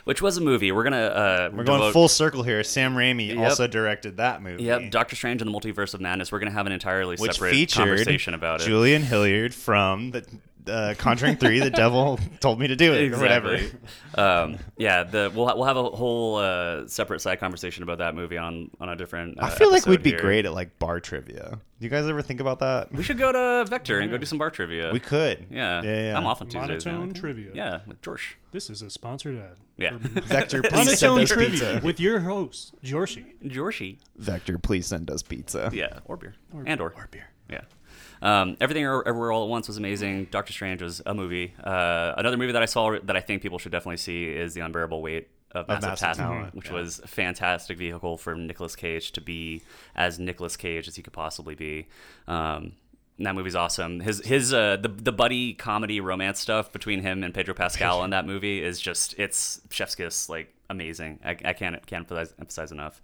Speaker 2: which was a movie. We're gonna uh,
Speaker 1: We're going
Speaker 2: devote-
Speaker 1: full circle here. Sam Raimi
Speaker 2: Yep.
Speaker 1: also directed that movie.
Speaker 2: Yep, Doctor Strange and the Multiverse of Madness. We're gonna have an entirely
Speaker 1: which
Speaker 2: separate
Speaker 1: featured
Speaker 2: conversation about it.
Speaker 1: Julian Hilliard from the uh, Conjuring Three. the devil told me to do it, or
Speaker 2: Exactly.
Speaker 1: whatever.
Speaker 2: um, yeah, the we'll we'll have a whole uh, separate side conversation about that movie on on a different. Uh,
Speaker 1: I feel like
Speaker 2: episode
Speaker 1: we'd be
Speaker 2: here.
Speaker 1: great at like bar trivia. You guys ever think about that?
Speaker 2: We should go to Vector and go do some bar trivia.
Speaker 1: We could.
Speaker 2: Yeah,
Speaker 1: Yeah. yeah.
Speaker 2: I'm off on Tuesdays.
Speaker 3: Monotone
Speaker 2: now.
Speaker 3: trivia.
Speaker 2: Yeah, with George.
Speaker 3: This is a sponsored ad.
Speaker 2: Yeah,
Speaker 1: Vector, please send
Speaker 3: Monotone
Speaker 1: us
Speaker 3: trivia
Speaker 1: pizza.
Speaker 3: with your host Jorsey.
Speaker 2: Georgie.
Speaker 1: Vector, please send us pizza.
Speaker 2: Yeah, or beer, and or
Speaker 3: Or beer.
Speaker 2: Yeah. Um, Everything Ever- Everywhere All at Once was amazing. Doctor Strange was a movie. Uh, another movie that I saw that I think people should definitely see is The Unbearable Weight of Massive,
Speaker 1: Massive
Speaker 2: Talent,
Speaker 1: Talent,
Speaker 2: which was a fantastic vehicle for Nicolas Cage to be as Nicolas Cage as he could possibly be. Um, and that movie's awesome. His his uh, the the buddy comedy romance stuff between him and Pedro Pascal in that movie is just it's chef's kiss like amazing. I, I can't can't emphasize, emphasize enough.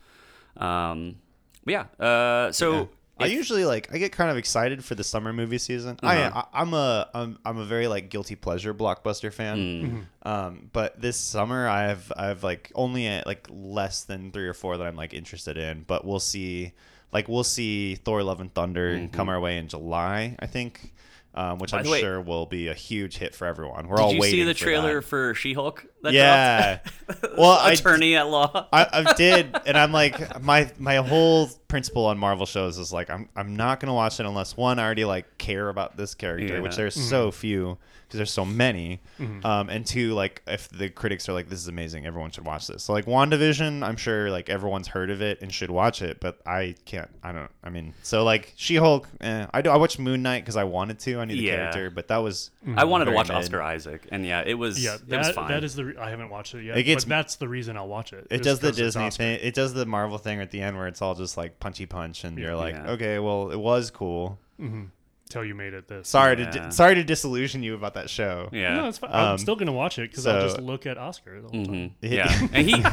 Speaker 2: Um, but yeah, uh, so.
Speaker 1: I usually like I get kind of excited for the summer movie season.
Speaker 2: Uh-huh.
Speaker 1: I, I I'm a I'm, I'm a very like guilty pleasure blockbuster fan.
Speaker 2: Mm.
Speaker 1: Um, but this summer I've I've like only uh like less than three or four that I'm like interested in. But we'll see, like we'll see Thor: Love and Thunder come our way in July, I think, um, which
Speaker 2: Mm-hmm. By
Speaker 1: I'm
Speaker 2: the way-
Speaker 1: sure will be a huge hit for everyone. We're all
Speaker 2: Did you
Speaker 1: waiting
Speaker 2: see the
Speaker 1: for
Speaker 2: trailer
Speaker 1: that.
Speaker 2: for, She-Hulk? That
Speaker 1: yeah.
Speaker 2: dropped?
Speaker 1: well, I
Speaker 2: attorney at law.
Speaker 1: I, I did, and I'm like my my whole principle on Marvel shows is like I'm I'm not gonna watch it unless one I already like care about this character,
Speaker 2: Yeah. Mm-hmm.
Speaker 1: which there's so few because there's so many, um, and two like if the critics are like this is amazing, everyone should watch this. So like Wandavision, I'm sure like everyone's heard of it and should watch it, but I can't. I don't. I mean, so like She Hulk, eh, I do. I watched Moon Knight because I wanted to. I knew the
Speaker 2: Yeah. Mm-hmm.
Speaker 1: character, but that was
Speaker 2: I wanted to
Speaker 1: very
Speaker 2: watch
Speaker 1: mid.
Speaker 2: Oscar Isaac, and yeah, it was
Speaker 3: Yeah,
Speaker 2: it
Speaker 3: that,
Speaker 2: was fine.
Speaker 3: that is the. Re- I haven't watched it yet.
Speaker 1: It gets-
Speaker 3: but that's the reason I'll watch it.
Speaker 1: It
Speaker 3: is
Speaker 1: does the
Speaker 3: 'cause it's
Speaker 1: Disney
Speaker 3: Oscar.
Speaker 1: thing. It does the Marvel thing at the end where it's all just like punchy punch, and you're like,
Speaker 2: Yeah.
Speaker 1: okay, well, it was cool.
Speaker 3: Till you made it this.
Speaker 1: Sorry to
Speaker 2: Yeah.
Speaker 1: di- sorry to disillusion you about that show.
Speaker 2: yeah.
Speaker 3: No, it's fine. I'm
Speaker 1: Um,
Speaker 3: still gonna watch it because I'll
Speaker 1: so-
Speaker 3: just look at Oscar the whole
Speaker 2: Mm-hmm.
Speaker 3: time.
Speaker 2: Yeah, and he, and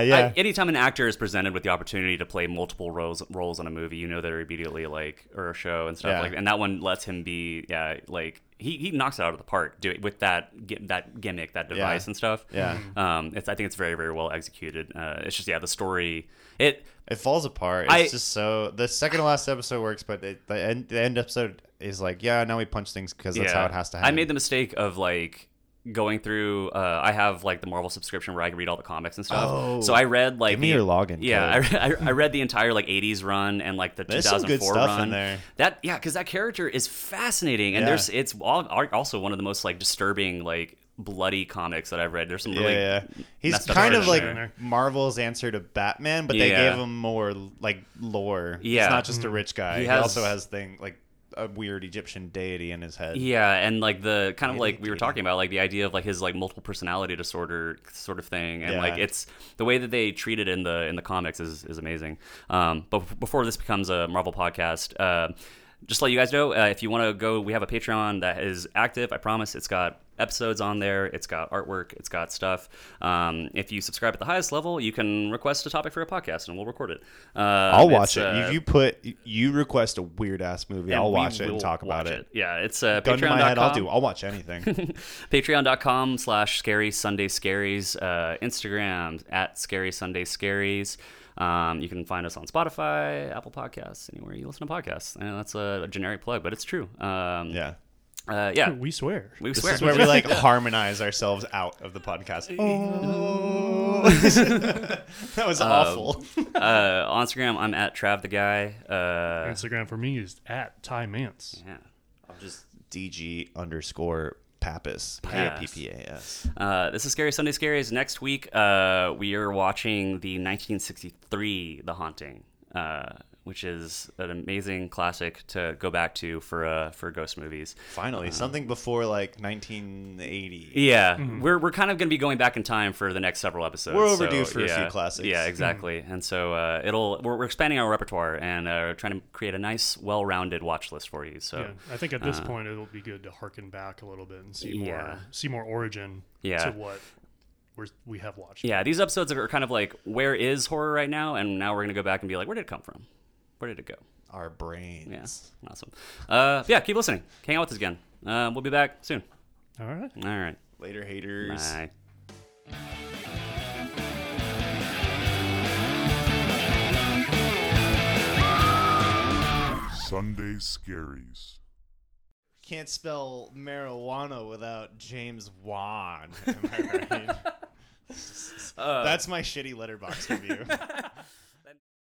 Speaker 2: yeah,
Speaker 1: yeah.
Speaker 2: anytime an actor is presented with the opportunity to play multiple roles roles in a movie, you know they're immediately like or a show and stuff
Speaker 1: Yeah.
Speaker 2: like, and that one lets him be, yeah, like he, he knocks it out of the park do it with that gi- that gimmick, that device and stuff.
Speaker 1: Yeah.
Speaker 2: um, it's I think it's very very well executed. Uh, it's just yeah, the story it
Speaker 1: It falls apart. It's
Speaker 2: I-
Speaker 1: just so the second to last episode works, but it, the end the end episode is like, yeah, now we punch things because that's how it has to happen.
Speaker 2: I made the mistake of like going through. Uh, I have like the Marvel subscription where I can read all the comics and stuff.
Speaker 1: Oh.
Speaker 2: so I read like
Speaker 1: Give me
Speaker 2: the-
Speaker 1: your login
Speaker 2: Yeah, I,
Speaker 1: code.
Speaker 2: re- I, I read the entire like '80s run and like the
Speaker 1: There's some
Speaker 2: 2004
Speaker 1: good stuff in
Speaker 2: run.
Speaker 1: there.
Speaker 2: That yeah, because that character is fascinating, and
Speaker 1: Yeah.
Speaker 2: there's it's al- al- also one of the most like disturbing like bloody comics that I've read. There's some
Speaker 1: yeah,
Speaker 2: really
Speaker 1: yeah. He's
Speaker 2: messed up
Speaker 1: kind of
Speaker 2: shit
Speaker 1: like
Speaker 2: in
Speaker 3: there.
Speaker 1: Marvel's answer to Batman, but they
Speaker 2: Yeah.
Speaker 1: gave him more like lore.
Speaker 2: Yeah. Mm.
Speaker 1: He's not just a rich guy.
Speaker 2: He
Speaker 1: He,
Speaker 2: has-
Speaker 1: also has thing like a weird Egyptian deity in his head.
Speaker 2: Yeah, and like the kind of like we were
Speaker 1: Irritating.
Speaker 2: talking about, like the idea of like his like multiple personality disorder sort of thing, and like
Speaker 1: Yeah.
Speaker 2: it's the way that they treat it in the in the comics is is amazing. Um, but before this becomes a Marvel podcast. Uh, just to let you guys know, uh, if you want to go, we have a Patreon that is active. I promise, it's got episodes on there, it's got artwork, it's got stuff. Um, if you subscribe at the highest level, you can request a topic for a podcast, and we'll record it. Uh,
Speaker 1: I'll
Speaker 2: it's,
Speaker 1: watch it.
Speaker 2: uh,
Speaker 1: if you put you request a weird ass movie,
Speaker 2: and
Speaker 1: I'll
Speaker 2: we
Speaker 1: watch it and
Speaker 2: will
Speaker 1: talk about
Speaker 2: watch
Speaker 1: it.
Speaker 2: Yeah, it's uh,
Speaker 1: Gun to my head, I'll
Speaker 2: patreon.com.
Speaker 1: do. I'll watch anything.
Speaker 2: patreon.com slash scary sunday scaries uh, instagram at scary sunday scaries um, you can find us on spotify apple podcasts anywhere you listen to podcasts and that's a, generic plug but it's true um,
Speaker 1: yeah.
Speaker 2: uh, yeah
Speaker 3: We swear.
Speaker 2: we
Speaker 1: This
Speaker 2: swear
Speaker 1: is where we like harmonize ourselves out of the podcast. that was awful.
Speaker 2: uh, on instagram i'm at trav the guy uh,
Speaker 3: Instagram for me is at Ty Mance.
Speaker 2: yeah i'll just
Speaker 1: DG underscore Pappas. P A
Speaker 2: Pappas.
Speaker 1: P P A S.
Speaker 2: Uh, this is Scary Sunday Scaries. Next week, uh, we are watching the 1963 The Haunting, uh, which is an amazing classic to go back to for uh, for ghost movies.
Speaker 1: Finally, something before like 1980.
Speaker 2: Yeah, we're, we're kind of going to be going back in time for the next several episodes.
Speaker 1: Mm-hmm. We're
Speaker 2: so,
Speaker 1: overdue for a few
Speaker 2: yeah.
Speaker 1: classics. Mm-hmm.
Speaker 2: Yeah, exactly. And so uh, it'll we're, we're expanding our repertoire and uh, trying to create a nice, well-rounded watch list for you. So
Speaker 3: Yeah, I think at this point it'll be good to harken back a little bit and see more
Speaker 2: Uh, Yeah.
Speaker 3: see more origin
Speaker 2: Yeah.
Speaker 3: to what we're, we have watched.
Speaker 2: yeah, these episodes are kind of like where is horror right now, and now we're going to go back and be like, where did it come from? Where did it go?
Speaker 1: Our brains.
Speaker 2: Yeah, awesome. Uh, yeah, keep listening. Hang out with us again. Uh, we'll be back soon.
Speaker 3: All right.
Speaker 2: All right.
Speaker 1: Later, haters.
Speaker 2: Bye.
Speaker 4: Sunday Scaries.
Speaker 1: Can't spell marijuana without James Wan. Am I right? That's my shitty letterbox review.